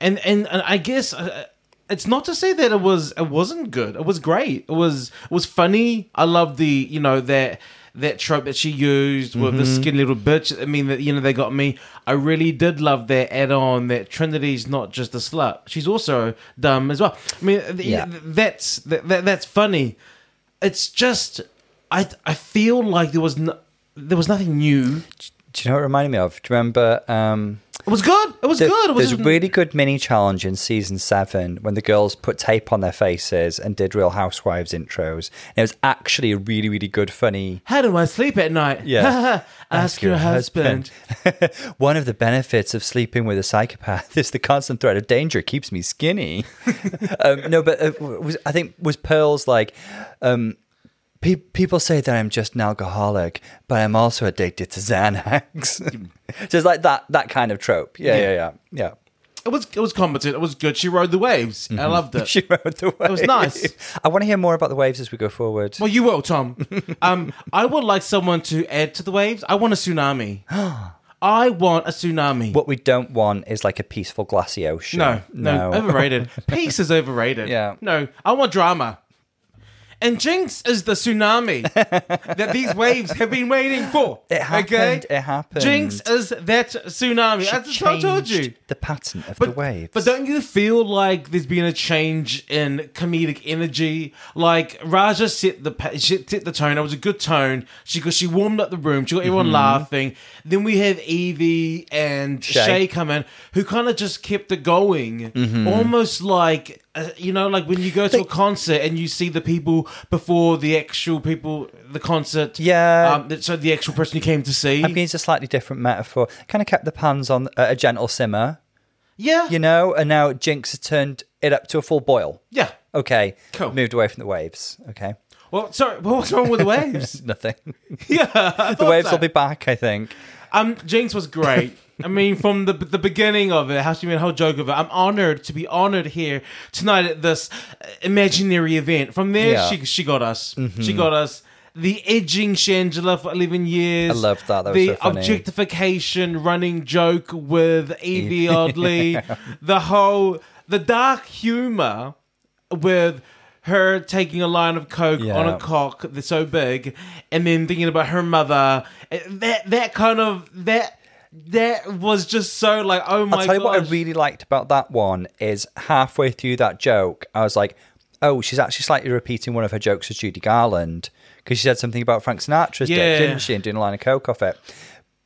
and and, and I guess uh, it's not to say that it was it wasn't good. It was great. It was it was funny. I love the you know that that trope that she used with the
Mm-hmm.
skinny little bitch. I mean that you know they got me. I really did love that add on that Trinity's not just a slut. She's also dumb as well. I mean th-
Yeah.
th- that's that, that, that's funny. It's just I I feel like there was no, there was nothing new.
Do you know what it reminded me of? Do you remember? Um,
It was good. It was
There-
good. It was
there's a
just-
really good mini challenge in season seven when the girls put tape on their faces and did Real Housewives intros. And it was actually a really, really good, funny.
How do I sleep at night?
Yeah.
Ask, your, husband.
husband. One of the benefits of sleeping with a psychopath is the constant threat of danger keeps me skinny. um, no, but uh, w- was, I think was Pearl's like. Um, pe- People say that I'm just an alcoholic, but I'm also addicted to Xanax. so it's like that that kind of trope. Yeah, yeah, yeah, yeah.
It was it was competent. It was good. She rode the waves. I loved it.
Mm-hmm. She rode the waves.
was nice.
I want to hear more about the waves as we go forward.
well, you will, Tom. um, I would like someone to add to the waves. I want a tsunami. I want a tsunami.
What we don't want is like a peaceful glassy ocean.
no, no, overrated. Peace is overrated.
Yeah.
No, I want drama. And Jinx is the tsunami that these waves have been waiting for.
It happened.
Okay?
It happened.
Jinx is that tsunami.
She
That's what I told you.
changed The pattern of the waves.
But don't you feel like there's been a change in comedic energy? Like Raja set the pa- she set the tone. It was a good tone. She because she warmed up the room. She got everyone
Mm-hmm.
laughing. Then we have Evie and Shay,
Shay.
come in, who kind of just kept it going,
Mm-hmm.
almost like. Uh, you know, like when you go to a concert and you see the people before the actual people, the concert.
Yeah.
Um, so the actual person you came to see.
I'm going to use a slightly different metaphor. Kind of kept the pans on uh, a gentle simmer,
yeah.
you know, and now Jinx has turned it up to a full boil.
Yeah.
Okay.
Cool.
Moved away from the waves. Okay.
Well, sorry. What's wrong with the waves?
Nothing.
yeah. I
the
thought
waves
so.
will be back, I think.
Um, Jinx was great. I mean, from the the beginning of it, how she made a whole joke of it. I'm honored to be honored here tonight at this uh, imaginary event. From there,
Yeah. Mm-hmm.
she she got us. She got us. The edging Shangela for 11 years.
I loved that. That was
the
so funny.
objectification running joke with Evie Oddly. The whole, the dark humor with her taking a line of coke
Yeah.
on a cock that's so big, and then thinking about her mother. eh, That that kind of that that was just so like oh my
I'll tell you what I
gosh.
really liked about that one is halfway through that joke, I was like, oh, she's actually slightly repeating one of her jokes with Judy Garland because she said something about Frank Sinatra's
Yeah.
dick, didn't she? And doing a line of coke off it.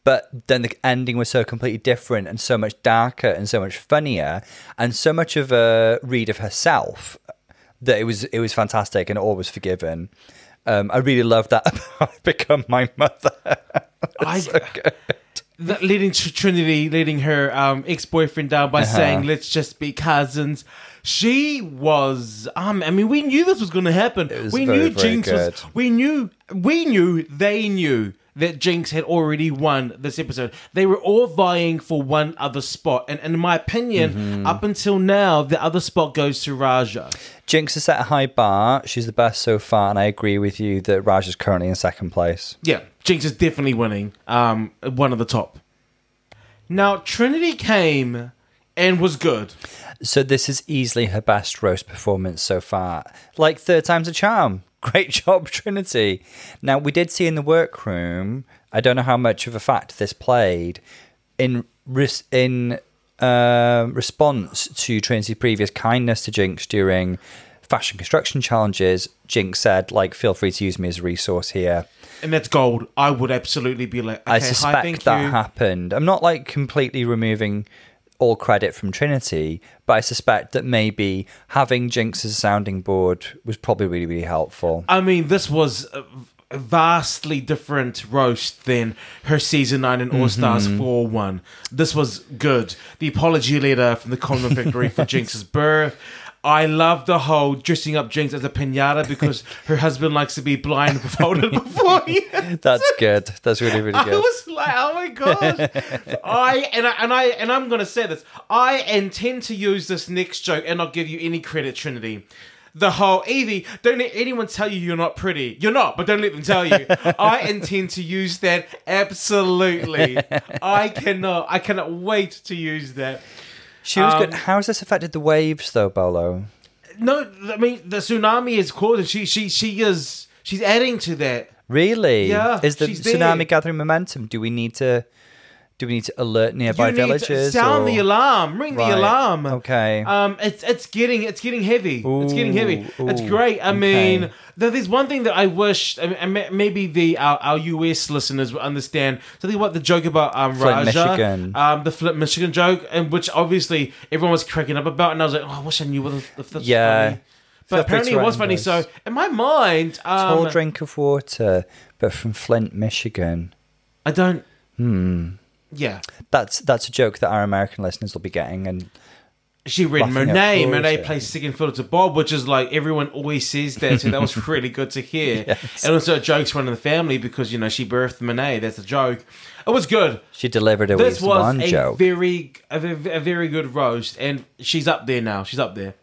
But then the ending was so completely different and so much darker and so much funnier and so much of a read of herself that it was it was fantastic and all was forgiven. Um, I really loved that about become my mother.
I, that leading to Trinity leading her um, ex boyfriend down by
Uh-huh.
saying let's just be cousins. She was. Um, I mean, we knew this was going to happen.
was
we
very,
knew
very
Jinx
good.
was. We knew. We knew. They knew that Jinx had already won this episode. They were all vying for one other spot, and, in my opinion,
Mm-hmm.
up until now, the other spot goes to Raja.
Jinx has set a high bar. She's the best so far, and I agree with you that Raj is currently in second place.
Yeah, Jinx is definitely winning. Um, one of the top. Now Trinity came and was good.
So this is easily her best roast performance so far. Like third time's a charm. Great job, Trinity. Now we did see in the workroom. I don't know how much of a fact this played in res- in um response to Trinity's previous kindness to Jinx during fashion construction challenges. Jinx said, "Like, feel free to use me as a resource here."
and that's gold, I would absolutely be like, okay, hi,
I suspect
thank
that
you.
happened. I'm not like completely removing all credit from Trinity, but I suspect that maybe having Jinx as a sounding board was probably really, really helpful.
I mean, this was uh, vastly different roast than her season nine and All Stars
Mm-hmm.
4 1. This was good. The apology letter from the Convent Victory for Jinx's birth. I love the whole dressing up Jinx as a pinata because her husband likes to be blindfolded before he
That's good. That's really, really
I
good.
was like, oh my god! I and I and I and I'm gonna say this. I intend to use this next joke and not give you any credit, Trinity. The whole Evie, don't let anyone tell you you're not pretty. You're not, but don't let them tell you. I intend to use that absolutely. I cannot. I cannot wait to use that.
She was
um,
good. How has this affected the waves, though, Bolo?
No, I mean the tsunami is causing. She she she is. She's adding to that.
Really?
Yeah,
Is the
she's
tsunami
there.
gathering momentum? Do we need to? Do we need to alert
You
nearby
need to
villages?
sound
or-
the alarm. Ring
Right,
the alarm.
okay.
Um, it's it's getting it's getting heavy. it's getting heavy.
Ooh,
it's
ooh,
great. I
okay.
mean, there- there's one thing that I wish, I mean, and ma- maybe the our, our US listeners will understand. Something about the joke about um, Raja,
Flint, Michigan.
um, the Flint Michigan joke, and which obviously everyone was cracking up about, and I was like, oh, I wish I knew what the, if that's
Yeah.
funny.
Flip
But
it's
apparently it was funny.
round
So
us.
in my mind, um,
Tall drink of water, but from Flint, Michigan.
I don't. Hmm. Yeah.
That's that's a joke that our American listeners will be getting, and
She read
Buffing up
Monet.
Croatia.
Monet plays second fiddle to Bob, which is like everyone always says that. So that was really good to hear. And also, a joke's run in the family because, you know, she birthed Monet. That's a joke. It was good.
she delivered a
This
this
was
one
a
joke.
very, a, ve- a very good roast, and she's up there now. She's up there.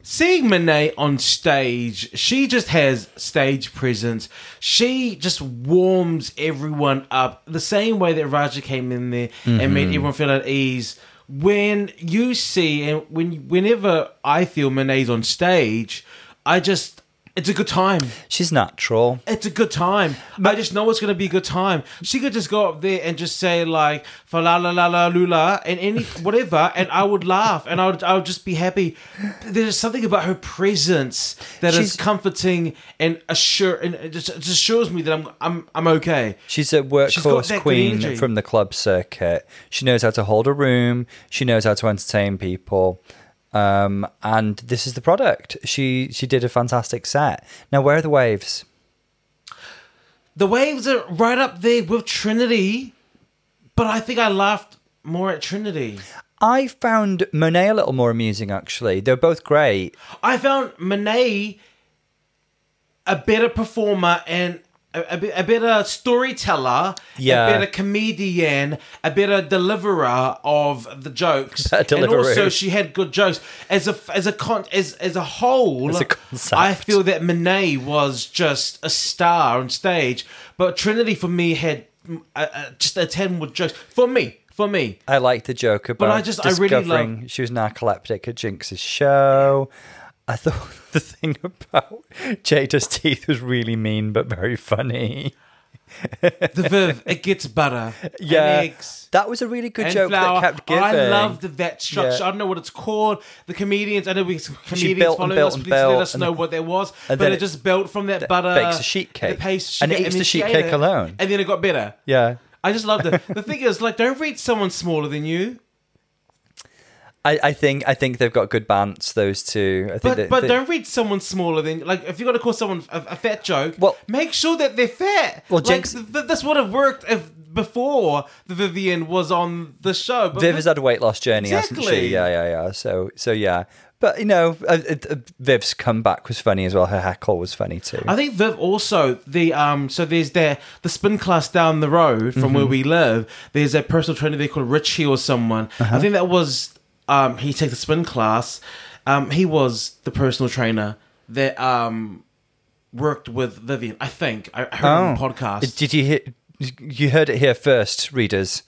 Seeing Monet on stage, she just has stage presence. She just warms everyone up the same way that Raja came in there and made everyone feel at ease. When you see and when whenever I feel Monet's on stage, I just it's a good time
She's natural.
it's a good time. I just know it's gonna be a good time. She could just go up there and just say like fa la la la la lula and any whatever, and I would laugh and I would I would just be happy. There's something about her presence that is
She's-
comforting and assure and it just, it just assures me that I'm I'm I'm okay.
She's a
got
workhorse
that good
queen
energy.
from the club circuit. She knows how to hold a room. She knows how to entertain people. Um, and this is the product. She she did a fantastic set. Now where are the waves?
The waves are right up there with Trinity, but I think I laughed more at Trinity.
I found Monet a little more amusing actually. They're both great.
I found Monet a better performer and a, a, be- a better storyteller,
Yeah.
a better comedian, a better deliverer of the jokes,
Better
and
deliveroo.
also she had good jokes as a as a con as as a whole.
As a concept.
I feel that Monet was just a star on stage, but Trinity for me had mm, a, a, just a ten more jokes for me. For me,
I like the joke about
I just- I really love-
discovering she was narcoleptic at Jinx's show. I thought the thing about Jada's teeth was really mean but very funny.
the Viv, it gets butter. and
Yeah,
eggs.
that was a really good
and
joke
flour. Oh,
that kept giving.
I loved that structure.
Yeah.
I don't know what it's called. The comedians, I know we comedians
built and
following
built
us,
and
please let
built
us
and-
know what that was. But
then
it,
it
just built from that butter.
bakes a sheet
and
cake.
It bakes
And it
sheet-
eats
then
the sheet
she ate
cake
it.
alone.
And then it got better.
Yeah.
I just loved it. The thing is, like, don't read someone smaller than you.
I, I think I think they've got good bants those two. I think
But
that-
but
that-
don't read someone smaller than like if you're gonna call someone a, a fat joke,
Well-
make sure that they're fat.
Well,
like,
Jinx-
th- th- this would have worked if before the Vivian was on the show. But
Viv has had a weight loss journey, hasn't she?
Exactly.
Yeah, yeah, yeah. So so yeah, but you know, uh, uh, Viv's comeback was funny as well. Her heckle was funny too.
I think Viv also the um so there's the the spin class down the road from where we live. There's a personal trainer there called Richie or someone. I think that was um he takes a spin class. Um he was the personal trainer that um worked with Vivian. I think I I heard it on the podcast.
Did you hear? You heard it here first, readers.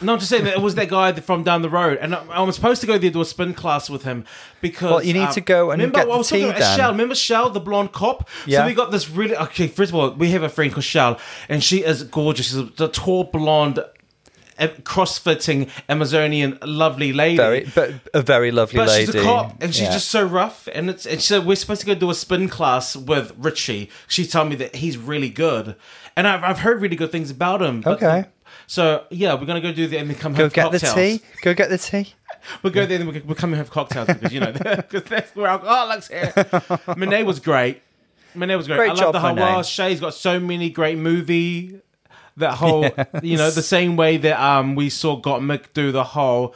no, I'm just saying that it was that guy that- from down the road, and I, I was supposed to go there to a spin class with him because
Well, you need
um,
to go and
remember
get
I
the
was talking
tea
about uh,
then.
Shell. Remember Shell, the blonde cop?
Yeah.
So we got this really okay. First of all, we have a friend called Shell, and she is gorgeous. She's a, a tall blonde. uh, Crossfitting Amazonian lovely lady,
Very, but a very lovely
but
lady.
she's a cop and she's
Yeah.
just so rough. And it's and so we're supposed to go do a spin class with Richie. She told me that he's really good, and I've, I've heard really good things about him. but-
Okay.
So yeah, we're gonna go do that and then come
Go
have
get
cocktails.
the tea. Go get the tea.
We'll go there and oh, we'll, we'll come and have cocktails because you know because that's where alcoholics here. Monet was great. Manel was great.
Great
I
job,
love the whole.
Manel.
Wow, Shay's got so many great movie. That whole, you know, the same way that um we saw Got Mick do the whole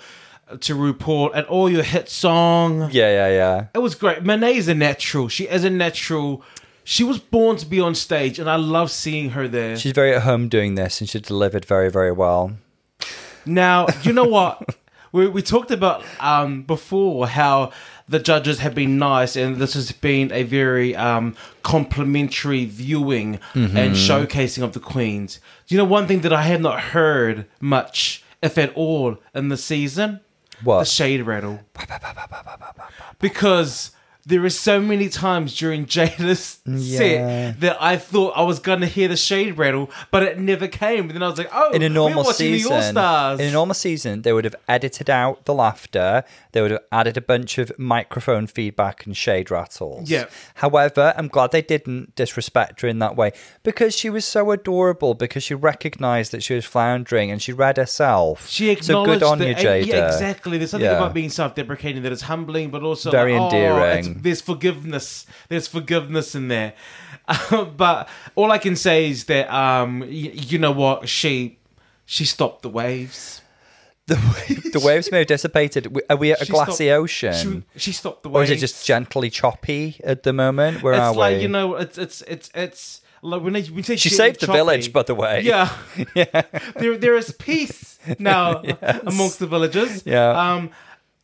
uh, to report and all your hit song.
Yeah, yeah, yeah.
It was great. Monet's a natural. She is a natural. She was born to be on stage, and I love seeing her there.
She's very at home doing this, and she delivered very, very well.
Now, you know what? we, we talked about um, before how the judges have been nice, and this has been a very um, complimentary viewing
Mm-hmm.
and showcasing of the queens. Do you know one thing that I have not heard much, if at all, in the season?
What?
The shade rattle. because there are so many times during Jada's
Yeah.
set that I thought I was going to hear the shade rattle, but it never came. And then I was like, oh,
in a normal
we're watching
season,
the All Stars.
in a normal season, they would have edited out the laughter. They would have added a bunch of microphone feedback and shade rattles.
Yeah.
However, I'm glad they didn't disrespect her in that way because she was so adorable. Because she recognised that she was floundering and she read herself.
She
so
acknowledged
good on
that,
you,
and-
Jada.
Yeah, exactly. There's something
Yeah.
about being self-deprecating that is humbling, but also
Very
like, oh, it's-
endearing.
there's forgiveness. There's forgiveness in there. Um, but all I can say is that um, y- you know what she she stopped the waves.
The waves may have dissipated. We- Are we at a
She
glassy
stopped-
ocean?
She, she stopped the
or
waves.
is it just gently choppy at the moment? Where are
It's like
we?
you know, it's it's it's it's like when, they, when you say
she
shit
saved the
and choppy-
village, by the way.
Yeah. there, there is peace now amongst the villagers.
Yeah.
Um,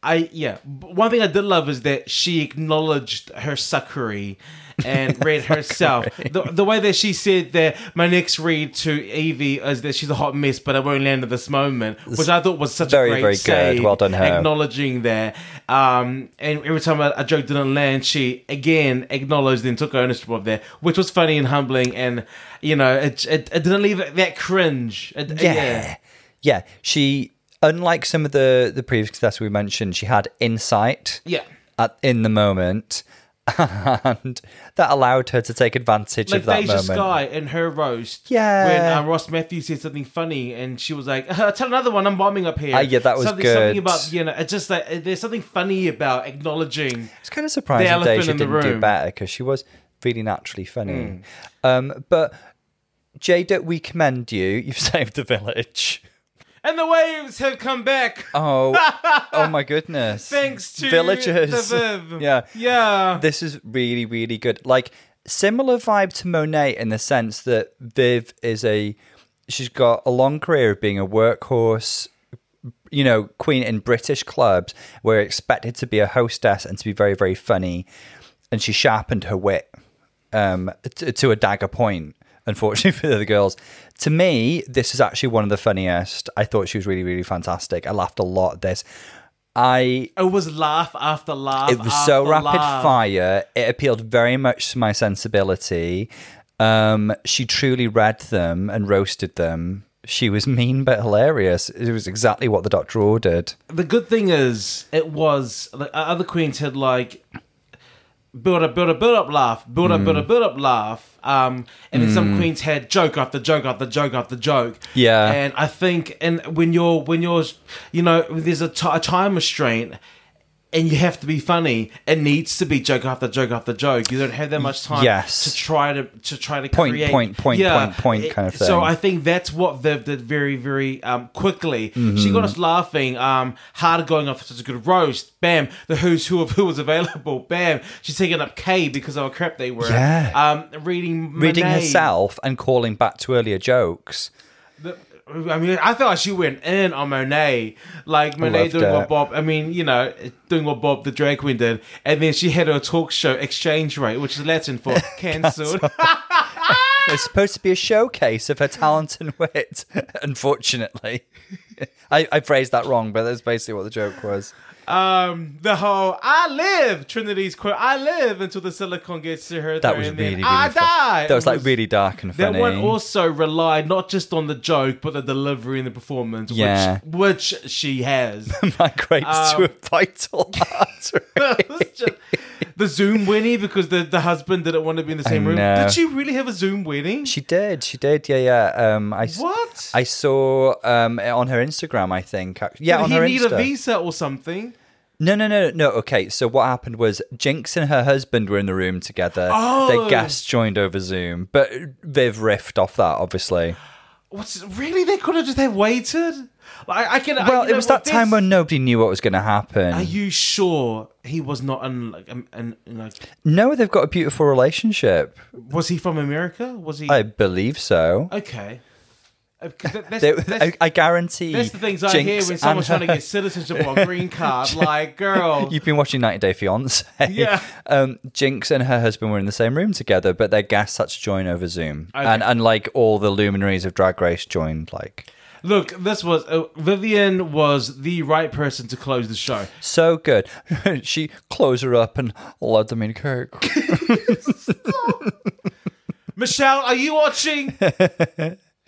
I yeah. B- One thing I did love is that she acknowledged her suckery and read herself. The, the way that she said that my next read to Evie is that she's a hot mess, but I won't land at this moment, which I thought was such
Very,
a great
very good.
save,
Well done, her.
Acknowledging that. Um, and every time a, a joke didn't land, she again acknowledged and took ownership of that, which was funny and humbling. And you know, it it, it didn't leave it that cringe. It-
yeah. yeah. She unlike some of the the previous contestants we mentioned, she had insight
Yeah.
at, in the moment. And that allowed her to take advantage
Like
of that
Deja
moment.
Sky in her roast.
Yeah.
When uh, Ross Matthews said something funny and she was like, "Uh, tell another one, I'm bombing up here.
Ah, yeah, that was
something,
good.
Something about, you know, it's just like, uh, there's something funny about acknowledging.
It's kind
The
of surprising
elephant
Deja
in the
didn't do
room. Hmm.
better because she was really naturally funny. Um, but Jada, we commend you. You've saved the village.
And the waves have come back.
Oh, oh my goodness!
Thanks to
villagers.
the Viv.
yeah,
Yeah.
this is really really good like similar vibe to monet in the sense that viv is a she's got a long career of being a workhorse you know queen in british clubs where expected to be a hostess and to be very very funny and she sharpened her wit um, t- to a dagger point unfortunately for the other girls to me this is actually one of the funniest i thought she was really really fantastic i laughed a lot at this i
it was laugh after laugh.
it was so
after
rapid
laugh.
fire. It appealed very much to my sensibility. Um, she truly read them and roasted them. She was mean but hilarious. It was exactly what the doctor ordered.
the good thing is it was like uh, other queens had like build up build up build up laugh build up
Mm.
build up build up laugh um and then some queens had joke after joke after joke after joke
Yeah.
and i think and when you're when you're you know there's a ti- a time restraint and you have to be funny it needs to be joke after joke after joke you don't have that much time
Yes.
to try to to try to
Point,
create
point, point, point, point
It-
kind of
so
thing.
i I think that's what Viv did very, very um, quickly. She got
Mm-hmm.
us laughing. Um, hard going off such a good roast. Bam. The who's who of who was available. Bam. She's taking up K because of how crap they were.
Yeah.
Um, reading
Reading
Monet.
herself and calling back to earlier jokes.
The- I mean, I felt like she went in on Monet, like Monet
loved
doing
it.
what Bob. I mean, you know, doing what Bob the drag queen did, and then she had her talk show exchange rate, which is Latin for cancelled.
It's supposed to be a showcase of her talent and wit, unfortunately. I, I phrased that wrong, but that's basically what the joke was.
um, the whole "I live" Trinity's quote. I live until the silicon gets to her.
That
throat
was
and
really,
then,
really
I
fun-
die.
That was
It
like really dark and
That
funny.
one also relied not just on the joke, but the delivery and the performance,
Yeah.
which, which she has.
Migrates to a vital artery.
It was just- the Zoom wedding because the, the husband didn't want to be in the same room.
know.
Did she really have a Zoom wedding?
She did. She did. Yeah, yeah. Um, I s-
What?
I saw um on her Instagram. I think. Yeah,
Did
on
he
her
need
Insta.
a visa or something?
No, no, no, no. Okay, so what happened was Jinx and her husband were in the room together.
Oh.
They gas joined over Zoom, but they've riffed off that, obviously.
What's really? They could have just have waited. Like I can. I-
Well,
you
it
know
was
what,
that time
this-
when nobody knew what was going to happen.
Are you sure he was not an like, um, an, like
No, they've got a beautiful relationship.
was he from America? Was he
I believe so.
okay? Uh, 'cause that- that's-
They-
that's-
I, I guarantee.
That's the things I
Jinx
hear when
and
someone's trying to
her-
get citizenship or a green card. Like, girl,
You've been watching 90 Day Fiance.
Oh. Yeah.
Um, Jinx and her husband were in the same room together, but their gas had to join over Zoom.
Okay.
And, and like all the luminaries of Drag Race joined, like.
look, this was uh, Vivian was the right person to close the show.
So good. she closed her up and allowed them in cake.
Michelle, are you watching?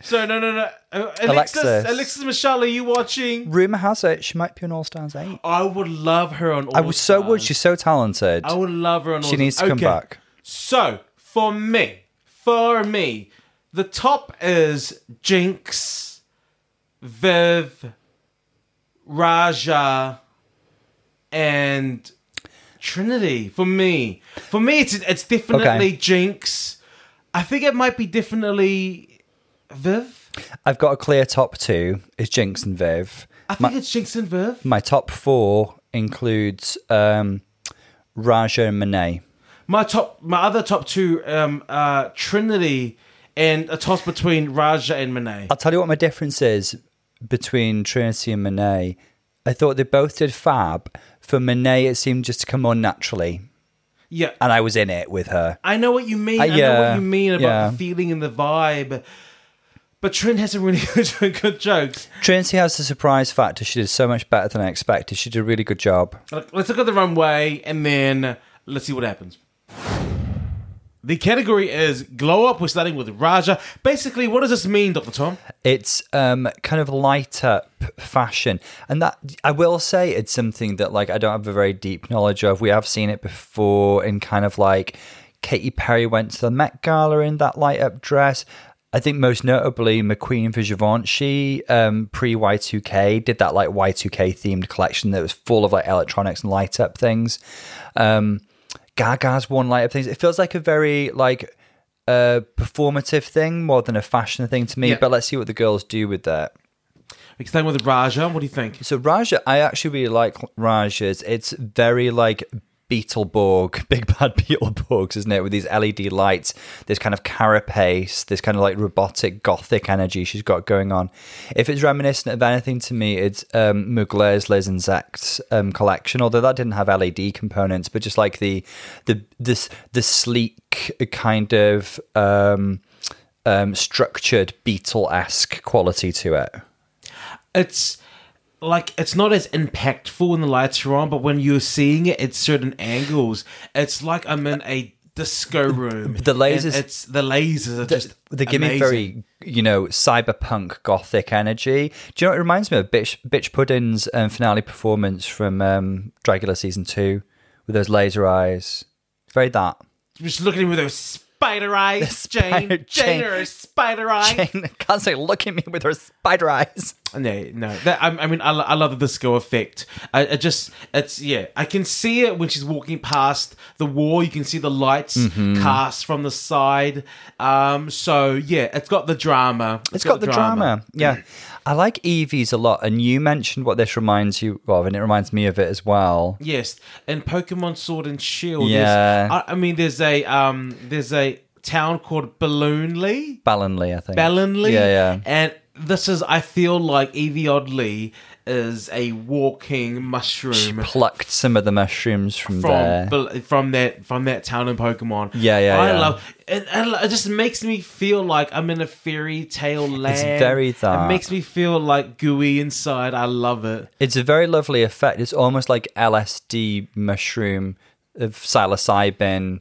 so no, no, no. Uh, Alexis,
Alexis.
Alexis, Michelle, are you watching?
Rumor has it she might be an All Stars 8.
I would love her on. All
I was so would.
Stars.
She's so talented.
I would love her on.
she needs to come back.
So for me, for me, the top is Jinx, Viv, Raja, and Trinity. For me, for me, it's it's definitely
Okay.
Jinx. I think it might be definitely Viv.
I've got a clear top two is Jinx and Viv.
I think
My-
it's Jinx and Viv.
My top four includes um, Raja and Monet.
My top, my other top two, um, uh, Trinity, and a toss between Raja and Monet.
I'll tell you what my difference is between Trinity and Monet. I thought they both did fab. For Monet, it seemed just to come on naturally,
Yeah,
and I was in it with her.
I know what you mean.
Uh,
I know what
yeah,
you mean about
yeah.
the feeling and the vibe. But Trin has some really good, good jokes.
Trinity has the surprise factor. She did so much better than I expected. She did a really good job.
Look, Let's look at the runway and then let's see what happens. The category is glow up. We're starting with Raja. Basically, what does this mean, Dr. Tom?
It's um, kind of light up fashion, and that I will say it's something that like I don't have a very deep knowledge of. We have seen it before in kind of like Katy Perry went to the Met Gala in that light up dress. I think most notably McQueen for Givenchy um, pre Y2K did that like Y2K themed collection that was full of like electronics and light up things. Um, Gaga's one light up things. It feels like a very like a performative thing more than a fashion thing to me.
Yeah.
But let's see what the girls do with that.
We're starting with Raja. What do you think?
So Raja, I actually really like Raja's. It's very like Beetleborg, big bad Beetleborgs, isn't it? With these LED lights, this kind of carapace, this kind of like robotic gothic energy she's got going on. If it's reminiscent of anything to me, it's um, Mugler's Les Insects um, collection, although that didn't have LED components, but just like the the this the sleek kind of um, um, structured beetle esque quality to it.
It's like it's not as impactful when the lights are on, but when you're seeing it at certain angles, it's like I'm in a disco room.
The lasers-
And It's the lasers are just
they give
amazing.
me very you know cyberpunk gothic energy do you know what it reminds me of bitch bitch puddin's um, finale performance from um, dragula season 2 with those laser eyes very that
Just look at him with those spider eyes,
spider-
Jane. Jane,
Jane.
or a spider eye. Oh,
Jane can't say look at me with her spider eyes
No, no. That, I, I mean, I, lo- I love the disco effect. I, I just, it's yeah. I can see it when she's walking past the wall. You can see the lights
Mm-hmm.
cast from the side. Um, so yeah, it's got the drama.
it's got, the drama. Yeah. I like EVs a lot. And you mentioned what this reminds you of, and it reminds me of it as well.
Yes, and Pokemon Sword and Shield.
Yeah.
there's- I, I mean, there's a um, there's a town called Balloonlee.
Ballinley, I think.
Ballinley.
Yeah, yeah.
And this is, I feel like Evie Oddly is a walking mushroom
She plucked some of the mushrooms from,
from
there.
Bal- from that from that town in Pokemon.
Yeah, yeah,
I
yeah.
love it. It it just makes me feel like I'm in a fairy tale land.
very
It
that.
makes me feel like gooey inside. I love it.
It's a very lovely effect. It's almost like LSD mushroom of psilocybin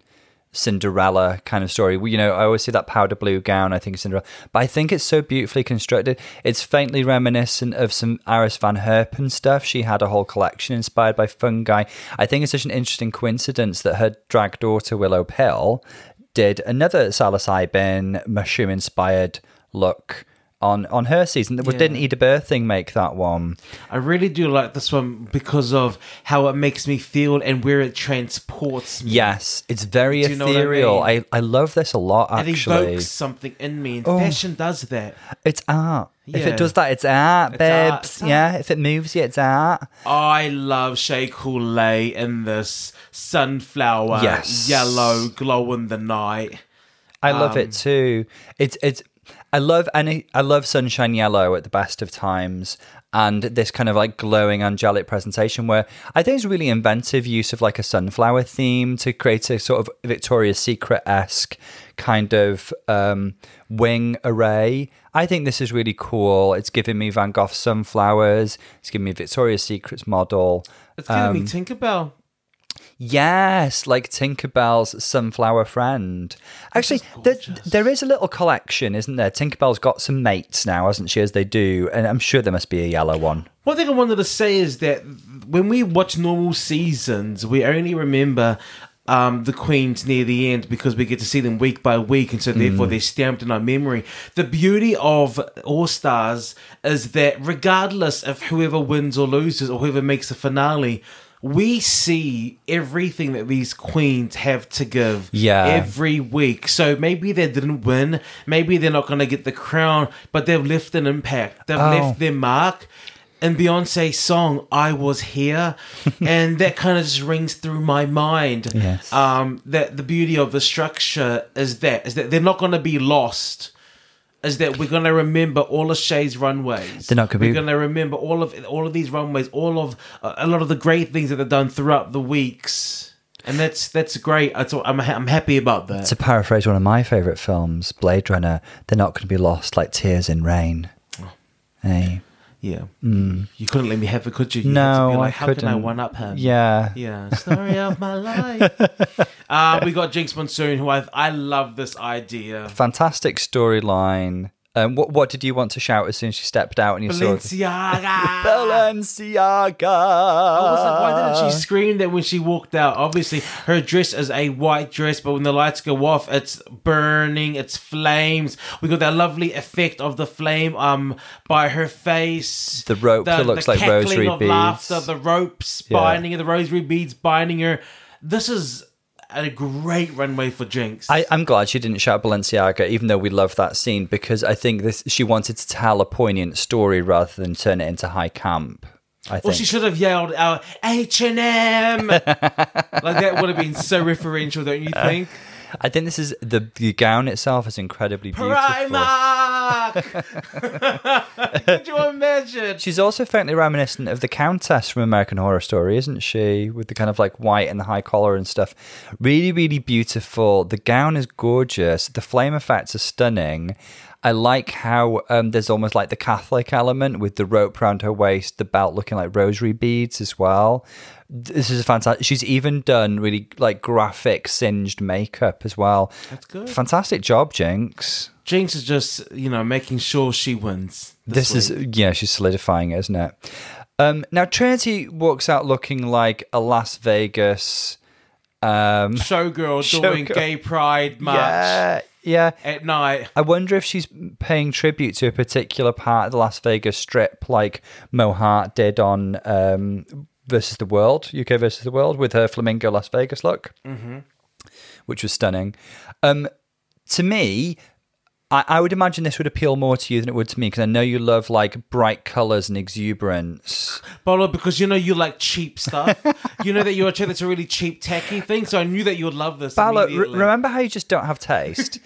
Cinderella kind of story. You know, I always see that powder blue gown, I think of Cinderella. But I think it's so beautifully constructed. It's faintly reminiscent of some Iris Van Herpen stuff. She had a whole collection inspired by fungi. I think it's such an interesting coincidence that her drag daughter Willow Pill did another psilocybin mushroom inspired look on on her season. Well,
Yeah.
Didn't Ida Birthing make that one?
I really do like this one because of how it makes me feel and where it transports me.
Yes, it's very
Do you know what I
ethereal. I,
mean?
I love this a lot.
It
Actually, Oh.
evokes something in me, and fashion does that.
it's art. If
Yeah.
it does that, it's art,
It's art,
babes.
it's art.
Yeah, if it moves you, it's art.
I love Shea Coulee in this sunflower,
Yes.
yellow, glow in the night.
I love it too. It's it's I love any I love sunshine yellow at the best of times and this kind of like glowing angelic presentation where I think it's really inventive use of like a sunflower theme to create a sort of Victoria's Secret esque kind of um, wing array. I think this is really cool. It's giving me Van Gogh's sunflowers. It's giving me Victoria's Secret's model.
It's giving me Tinkerbell.
Yes, like Tinkerbell's Sunflower Friend. Actually, there, there is a little collection, isn't there? Tinkerbell's got some mates now, hasn't she, as they do? And I'm sure there must be a yellow one.
One thing I wanted to say is that when we watch normal seasons, we only remember um, the queens near the end because we get to see them week by week, and so therefore they're stamped in our memory. The beauty of All Stars is that regardless of whoever wins or loses or whoever makes the finale. We see everything that these queens have to give
Yeah.
every week. So maybe they didn't win. Maybe they're not going to get the crown, but they've left an impact. They've
Oh.
left their mark. And Beyonce's song "I Was Here," and that kind of just rings through my mind.
Yes.
Um, that the beauty of the structure is that is that they're not going to be lost. Is that we're going to remember all of Shay's runways?
They're not gonna
We're
be-
going to remember all of all of these runways, all of uh, a lot of the great things that they've done throughout the weeks, and that's that's great. I thought I'm ha- I'm happy about that.
To paraphrase one of my favourite films, Blade Runner, they're not going to be lost like tears in rain.
Oh.
Eh. Hey.
Yeah. You couldn't let me have it, could you? you
Mm. No,
had to be
I
like, How can I
couldn't.
one up him?
Yeah.
Um, Yeah. Story of my life. Uh, we got Jinx Monsoon, who I I love this idea.
Fantastic storyline. Um, what, what did you want to shout as soon as she stepped out and you saw
Balenciaga.
Balenciaga?
I was like, why
Uh,
didn't she scream that when she walked out? Obviously, her dress is a white dress, but when the lights go off, it's burning, it's flames. We got that lovely effect of the flame um by her face.
The rope that looks like
cackling
rosary
of
beads.
Laughter, the ropes
Yeah.
binding her, the rosary beads binding her. This is a great runway for Jinx.
I, I'm glad she didn't shout Balenciaga, even though we love that scene, because I think this she wanted to tell a poignant story rather than turn it into high camp. I
Or
think.
she should have yelled out H and M, like that would have been so referential, don't you
Uh,
think?
I think this is the the gown itself is incredibly beautiful.
Primark. Could you imagine?
She's also faintly reminiscent of the Countess from American Horror Story, isn't she? With the kind of like white and the high collar and stuff. Really, really beautiful. The gown is gorgeous. The flame effects are stunning. I like how um, there's almost like the Catholic element with the rope around her waist, the belt looking like rosary beads as well. This is fantastic. She's even done really like graphic singed makeup as well. That's
good.
Fantastic job, Jinx.
Jinx is just, you know, making sure she wins.
This is yeah, she's solidifying it, isn't it? Um, now Trinity walks out looking like a Las Vegas. Um,
showgirl, doing
Showgirl.
gay pride march
yeah, uh, yeah.
at night.
I wonder if she's paying tribute to a particular part of the Las Vegas Strip, like Mohart did on um, versus the World, UK versus the World, with her flamingo Las Vegas look, mm-hmm. which was stunning. Um, to me, I, I would imagine this would appeal more to you than it would to me because I know you love like bright colors and exuberance.
Bolo, because you know you like cheap stuff. you know that you're attracted to really cheap, tacky things, so I knew that you would love this.
Bala, re-
immediately.
remember how you just don't have taste?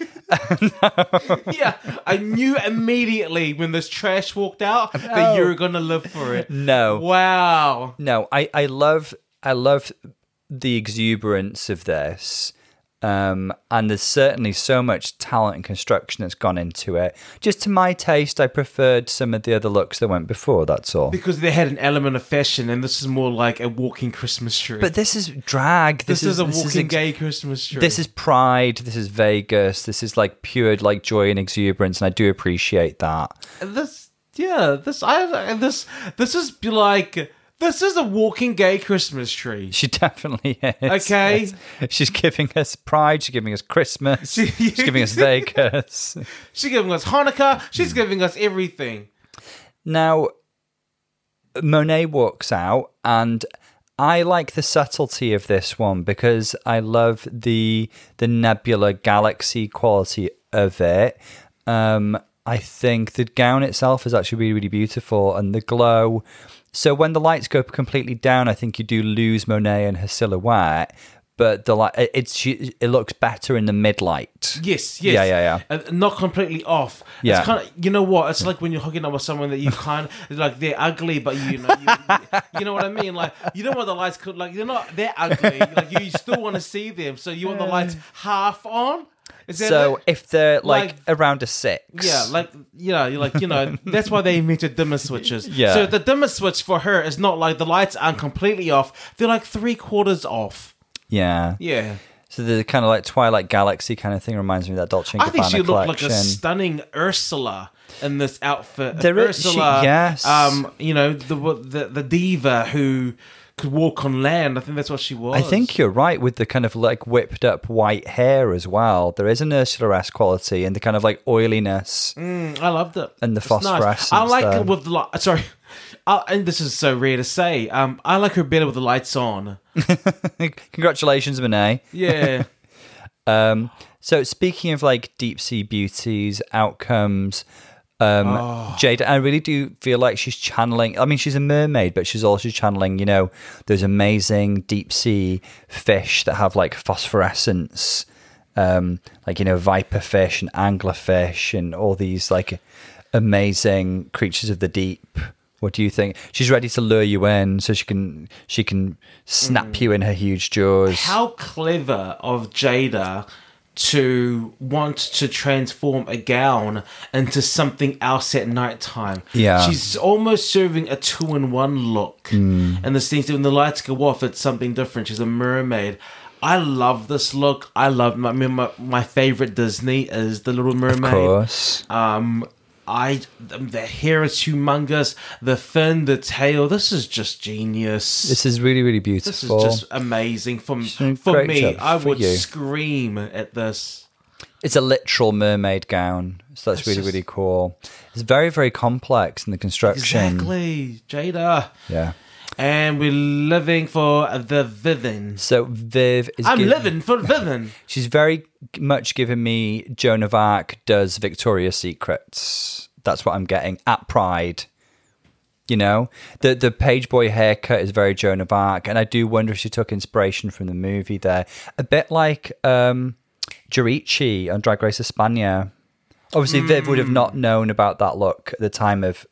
yeah, I knew immediately when this trash walked out
Oh.
that you were going to live for it.
no.
Wow.
No, I, I love I love the exuberance of this. Um, and there's certainly so much talent and construction that's gone into it. Just to my taste, I preferred some of the other looks that went before, that's all.
Because they had an element of fashion, and this is more like a walking Christmas tree.
But this is drag. This,
this, is, a
this
walking
ex-
gay Christmas tree.
This is pride. This is Vegas. This is like pure like joy and exuberance, and I do appreciate that.
this yeah this i this this is like This is a walking gay Christmas tree.
She definitely is.
Okay.
yes. She's giving us pride. She's giving us Christmas.
She-
she's giving us Vegas.
She's giving us Hanukkah. She's giving us everything.
Now, Monet walks out, and I like the subtlety of this one because I love the the nebula galaxy quality of it. Um, I think the gown itself is actually really, really beautiful, and the glow. So when the lights go completely down, I think you do lose Monet and her silhouette. But the light, it- it's she- it looks better in the mid light.
Yes, yes.
Yeah, yeah, yeah.
And not completely off.
Yeah.
It's kind of, you know what? It's like when you're hooking up with someone that you can't, like, they're ugly, but you know, you, you know what I mean? Like, you don't want the lights, could, like, they're not, they're ugly. Like, you still want to see them. So you want the lights half on? Is that
So
it?
if they're like,
Like-
around a six,
Yeah, like you know, you're like you know, that's why they invented dimmer switches.
Yeah.
So the dimmer switch for her is not like the lights aren't completely off; they're like three quarters off.
yeah,
Yeah,
So the kind of like Twilight Galaxy kind of thing reminds me of that Dolce and
I think
Gabbana
she looked like
collection.
a stunning Ursula in this outfit.
There is- she-
Ursula,
yes.
um, you know the, the the diva who could walk on land. I think that's what she was.
I think you're right with the kind of like whipped up white hair as well. There is an Ursula S quality and the kind of like oiliness.
I loved it.
And the
It's nice.
phosphorescence um,
I like
there.
it with the light. Sorry. I, and this is so rare to say. Um, I like her better with the lights on. Mm.
Congratulations, Monet.
Yeah.
So speaking of like deep sea beauties, outcomes, um,
Oh.
Jada, I really do feel like she's channeling. I mean, she's a mermaid, but she's also channeling. You know, those amazing deep sea fish that have like phosphorescence, um, like you know, viper fish and anglerfish and all these like amazing creatures of the deep. What do you think? She's ready to lure you in, so she can she can snap you in her huge jaws.
Hmm. How clever of Jada to want to transform a gown into something else at nighttime.
Yeah.
She's almost serving a two in one look.
Mm.
And the scenes when the lights go off, it's something different. She's a mermaid. I love this look. I love my I mean, my, my favorite Disney is The Little Mermaid.
of course.
Um, I um, the hair is humongous. The fin, the tail. This is just genius.
This is really, really beautiful.
This is just amazing. From
doing a
for
great
me,
job
I
for
would
you.
scream at this.
It's a literal mermaid gown, so that's, really,
just-
really cool. It's very, very complex in the construction.
Exactly, Jada.
Yeah.
And we're living for the Vivin.
So Viv is.
I'm
giv-
living for Vivin.
She's very much giving me Joan of Arc does Victoria's Secrets. That's what I'm getting at Pride. You know, the the page boy haircut is very Joan of Arc, and I do wonder if she took inspiration from the movie there, a bit like um, Jerichi on Drag Race España. Obviously, Viv would have not known about that look at the time of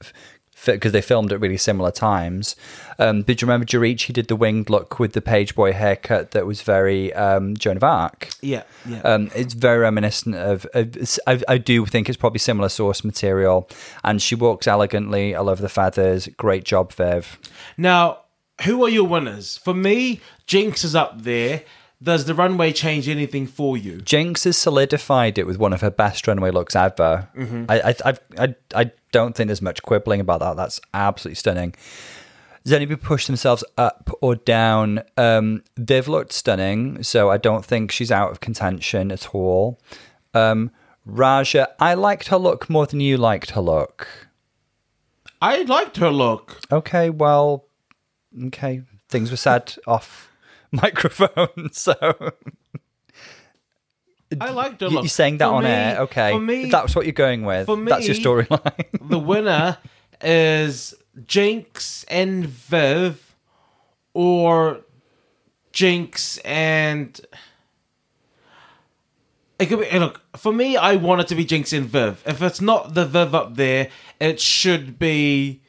because they filmed at really similar times. Um, but do you remember Jerichi did the winged look with the page boy haircut that was very um, Joan of Arc?
Yeah, yeah.
Um, it's very reminiscent of, of I, I do think it's probably similar source material. And she walks elegantly. I love the feathers. Great job, Viv.
now, who are your winners? For me, Jinx is up there. Does the runway change anything for you?
Jinx has solidified it with one of her best runway looks ever. I, I, I've- I, I don't think there's much quibbling about that. That's absolutely stunning. Does anybody push themselves up or down? Um, Viv looked stunning, so I don't think she's out of contention at all. Um, Raja, I liked her look more than you liked her look.
I liked her look.
Okay, well, okay. Things were said off microphone, so
I liked her
you-
look.
you're saying that
For
on
me-
air. Okay,
For me,
that's what you're going with.
for
that's your
me-
storyline.
the winner is Jinx and Viv, or Jinx and. It could be, hey, look, for me, I want it to be Jinx and Viv. If it's not the Viv up there, it should be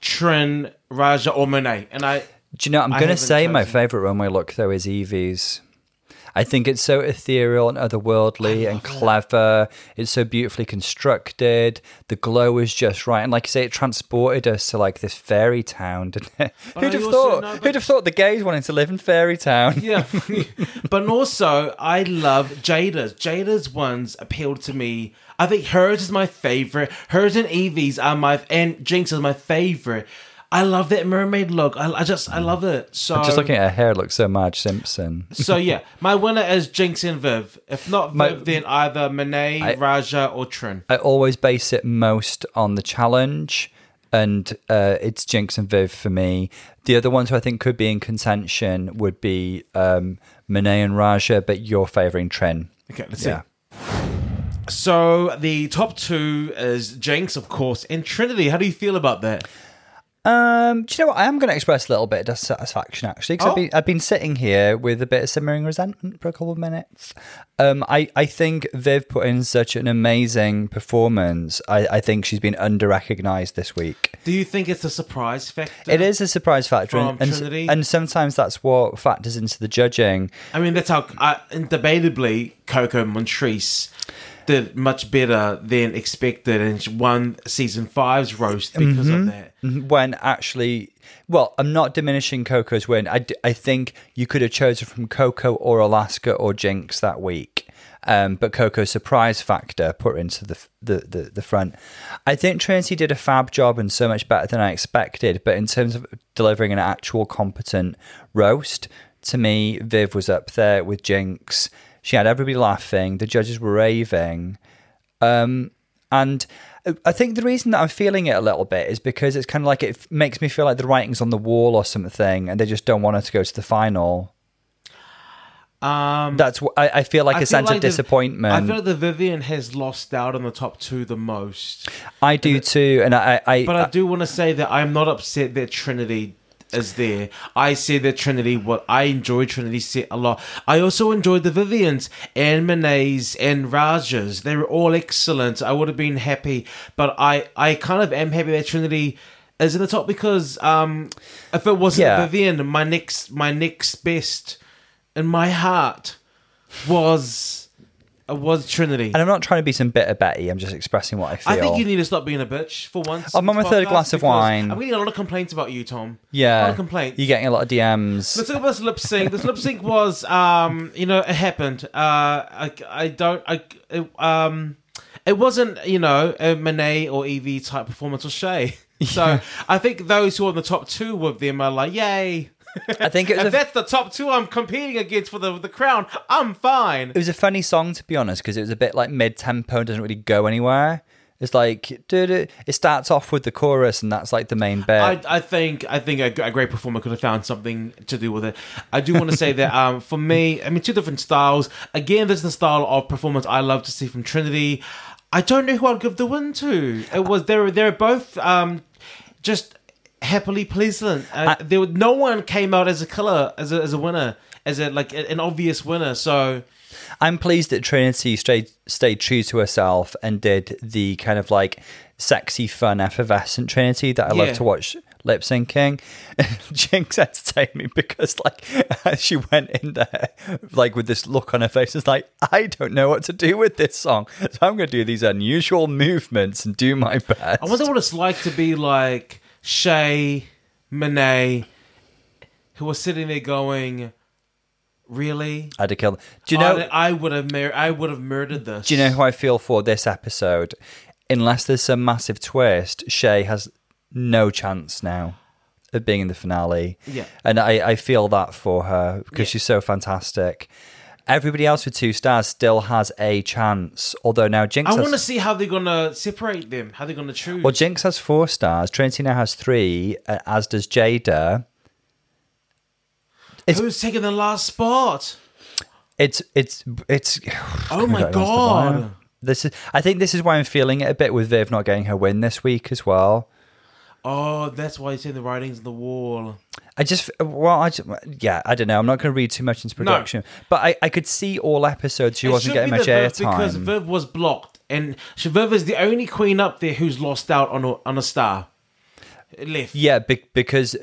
Trin, Raja, or Monet. And I.
Do you know? I'm
I
going to
haven't
say my
chosen.
favorite runway look though is Evie's. I think it's so ethereal and otherworldly and clever. It's so beautifully constructed. The glow is just right, and like you say, it transported us to like this fairy town, didn't it? Who'd
I
have
also
thought?
know, but-
Who'd have thought the gays wanted to live in fairy town?
Yeah. but also, I love Jada's. Jada's ones appealed to me. I think hers is my favorite. Hers and Evie's are my and Jinx is my favorite. I love that mermaid look. I, I just I love it. So
Just looking at her hair looks so Marge Simpson.
so yeah, my winner is Jinx and Viv. If not Viv,
My-
then either Monet, Raja, or Trin.
I always base it most on the challenge, and uh, it's Jinx and Viv for me. The other ones who I think could be in contention would be um, Monet and Raja, but you're favouring Tren.
Okay, let's
Yeah.
see. So the top two is Jinx, of course, and Trinity. How do you feel about that?
Um, do you know what? I am going to express a little bit of dissatisfaction actually, because
Oh.
I've, been, I've been sitting here with a bit of simmering resentment for a couple of minutes. Um, I, I think Viv put in such an amazing performance. I, I think she's been under recognised this week.
Do you think it's a surprise factor?
It is a surprise factor,
From
and, and,
Trinity.
and sometimes that's what factors into the judging.
I mean, that's how, I and debatably, Coco Montrese did much better than expected and she won season five's roast because
Mm-hmm.
of that.
When actually, well, I'm not diminishing Coco's win. I, d- I think you could have chosen from Coco or Alaska or Jinx that week. Um, but Coco's surprise factor put her into the, f- the the the front. I think Trinity did a fab job and so much better than I expected. But in terms of delivering an actual competent roast, to me, Viv was up there with Jinx. She had everybody laughing. The judges were raving. And uh, I think the reason that I'm feeling it a little bit is because it's kind of like it f- makes me feel like the writing's on the wall or something, and they just don't want her to go to the final. Um, That's wh- I, I feel like a
I feel
sense
like
of
the-
disappointment.
I feel like the Vivian has lost out on the top two the most.
I do too, and I, I, uh,
But
I,
I do want to say that I'm not upset that Trinity is there. I say that Trinity, what I enjoy Trinity's set a lot. I also enjoyed the Vivians and Monet's and Raja's. They were all excellent. I would have been happy, but I, I kind of am happy that Trinity is in the top because um, if it wasn't
Yeah.
Vivian, my next my next best in my heart was was Trinity.
and I'm not trying to be some bitter Betty. I'm just expressing what I feel.
I think you need to stop being a bitch for once.
I'm on
This
my third
podcast
glass of
because
wine.
I'm getting a lot of complaints about you, Tom. A lot
yeah,
of complaints.
you're getting a lot of DMs.
Let's talk about this lip sync. This lip sync was, um, you know, it happened. Uh, I, I don't, I, it, um, it wasn't, you know, a Monet or Evie type performance or Shay. So I think those who are in the top two with them are like, yay.
I think it was
If
a
that's the top two I'm competing against for the the crown, I'm fine.
it was a funny song to be honest because it was a bit like mid tempo and doesn't really go anywhere. It's like doo-doo. it starts off with the chorus and that's like the main bit.
I, I think I think a, g- a great performer could have found something to do with it. I do want to say that um, for me, I mean, two different styles. Again, this is the style of performance I love to see from Trinity. I don't know who I'd give the win to. It was they're they're both um, just happily pleasant. Uh, there were, no one came out as a killer, as a, as a winner, as a like a- an obvious winner. So
I'm pleased that Trinity stayed stayed true to herself and did the kind of like sexy, fun, effervescent Trinity that I
Yeah.
love to watch lip syncing. Jinx entertained me because like she went in there like with this look on her face, it's like I don't know what to do with this song, so I'm going to do these unusual movements and do my best.
I wonder what it's like to be like Shay, Monet, who was sitting there going, "Really."
I had to kill. them. Do you know?
I, I would have mur- I would have murdered this.
Do you know who I feel for this episode? Unless there's some massive twist, Shay has no chance now of being in the finale.
Yeah.
And I, I feel that for her because
Yeah.
she's so fantastic. Everybody else with two stars still has a chance, although now Jinx
I
has,
want to see how they're gonna separate them. How they're gonna choose.
well, Jinx has four stars, Trinity now has three, uh, as does Jada. it's-
Who's taking the last spot?
It's it's it's.
Oh my
Right, that's the wire.
God.
This is. I think this is why I'm feeling it a bit with Viv not getting her win this week as well.
Oh, that's why you see the writings on the wall.
I just well, I just, yeah, I don't know. I'm not going to read too much into production, but I, I could see all episodes. She
It
wasn't
should
getting
be
much
the Viv
airtime.
because Viv was blocked, and she- Viv is the only queen up there who's lost out on a, on a star. Left.
yeah, be- because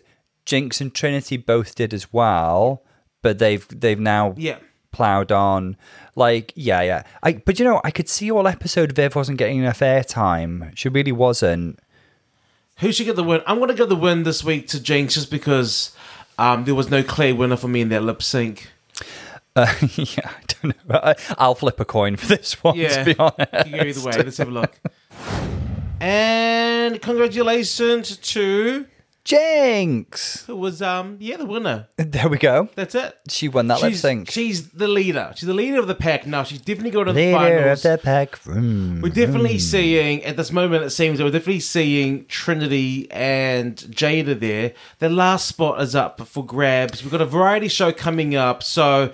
Jinx and Trinity both did as well, but they've they've now
Yeah.
plowed on. Like yeah, yeah. I but you know I could see all episode. Viv wasn't getting enough airtime. She really wasn't.
Who should get the win? I'm gonna give the win this week to Jinx just because um, there was no clear winner for me in that lip sync.
Uh, yeah, I don't know. I, I'll flip a coin for this one.
Yeah.
To be honest.
You can go either way. Let's have a look. And congratulations to
Jinx.
Who was um yeah the winner?
There we go.
That's it.
She won that lip
She's,
sync.
she's the leader. She's the leader of the pack. No, she's definitely going to the
Leader
finals.
of the pack. Mm.
We're definitely seeing at this moment. It seems that we're definitely seeing Trinity and Jada there. The last spot is up for grabs. We've got a variety show coming up, so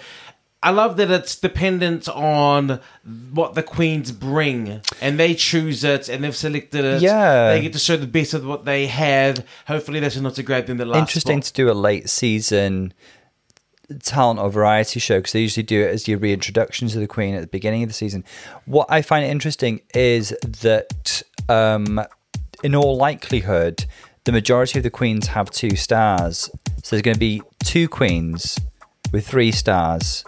I love that it's dependent on what the queens bring, and they choose it, and they've selected it.
Yeah.
they get to show the best of what they have. Hopefully, that's enough to grab them the last.
Interesting
spot.
to do a late season talent or variety show because they usually do it as your reintroduction to the Queen at the beginning of the season. What I find interesting is that, um, in all likelihood, the majority of the Queens have two stars. So there's going to be two Queens with three stars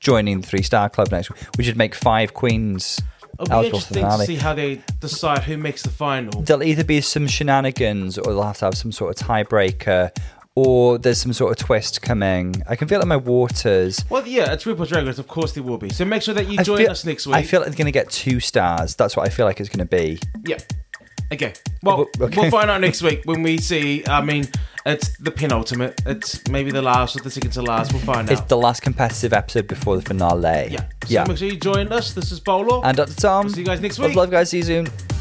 joining the Three Star Club next week, which would make five Queens.
It'll be
eligible for the
interesting to
finale
see how they decide who makes the final.
there'll either be some shenanigans or they'll have to have some sort of tiebreaker or there's some sort of twist coming. I can feel it in my waters.
Well, yeah, it's RuPaul's Drag Race. Of course, there will be. So make sure that you
I
join
feel,
us next week.
I feel like they're going to get two stars. That's what I feel like it's going to be.
Yeah. Okay. Well,
Well, okay.
we'll find out next week when we see. I mean, it's the penultimate. It's maybe the last or the second to last. We'll find
It's
out.
the last competitive episode before the finale.
yeah. So
yeah.
make sure you join us. This is Bolo.
And Dr. Tom.
We'll see you guys next
Love,
week.
Love, guys. See you soon.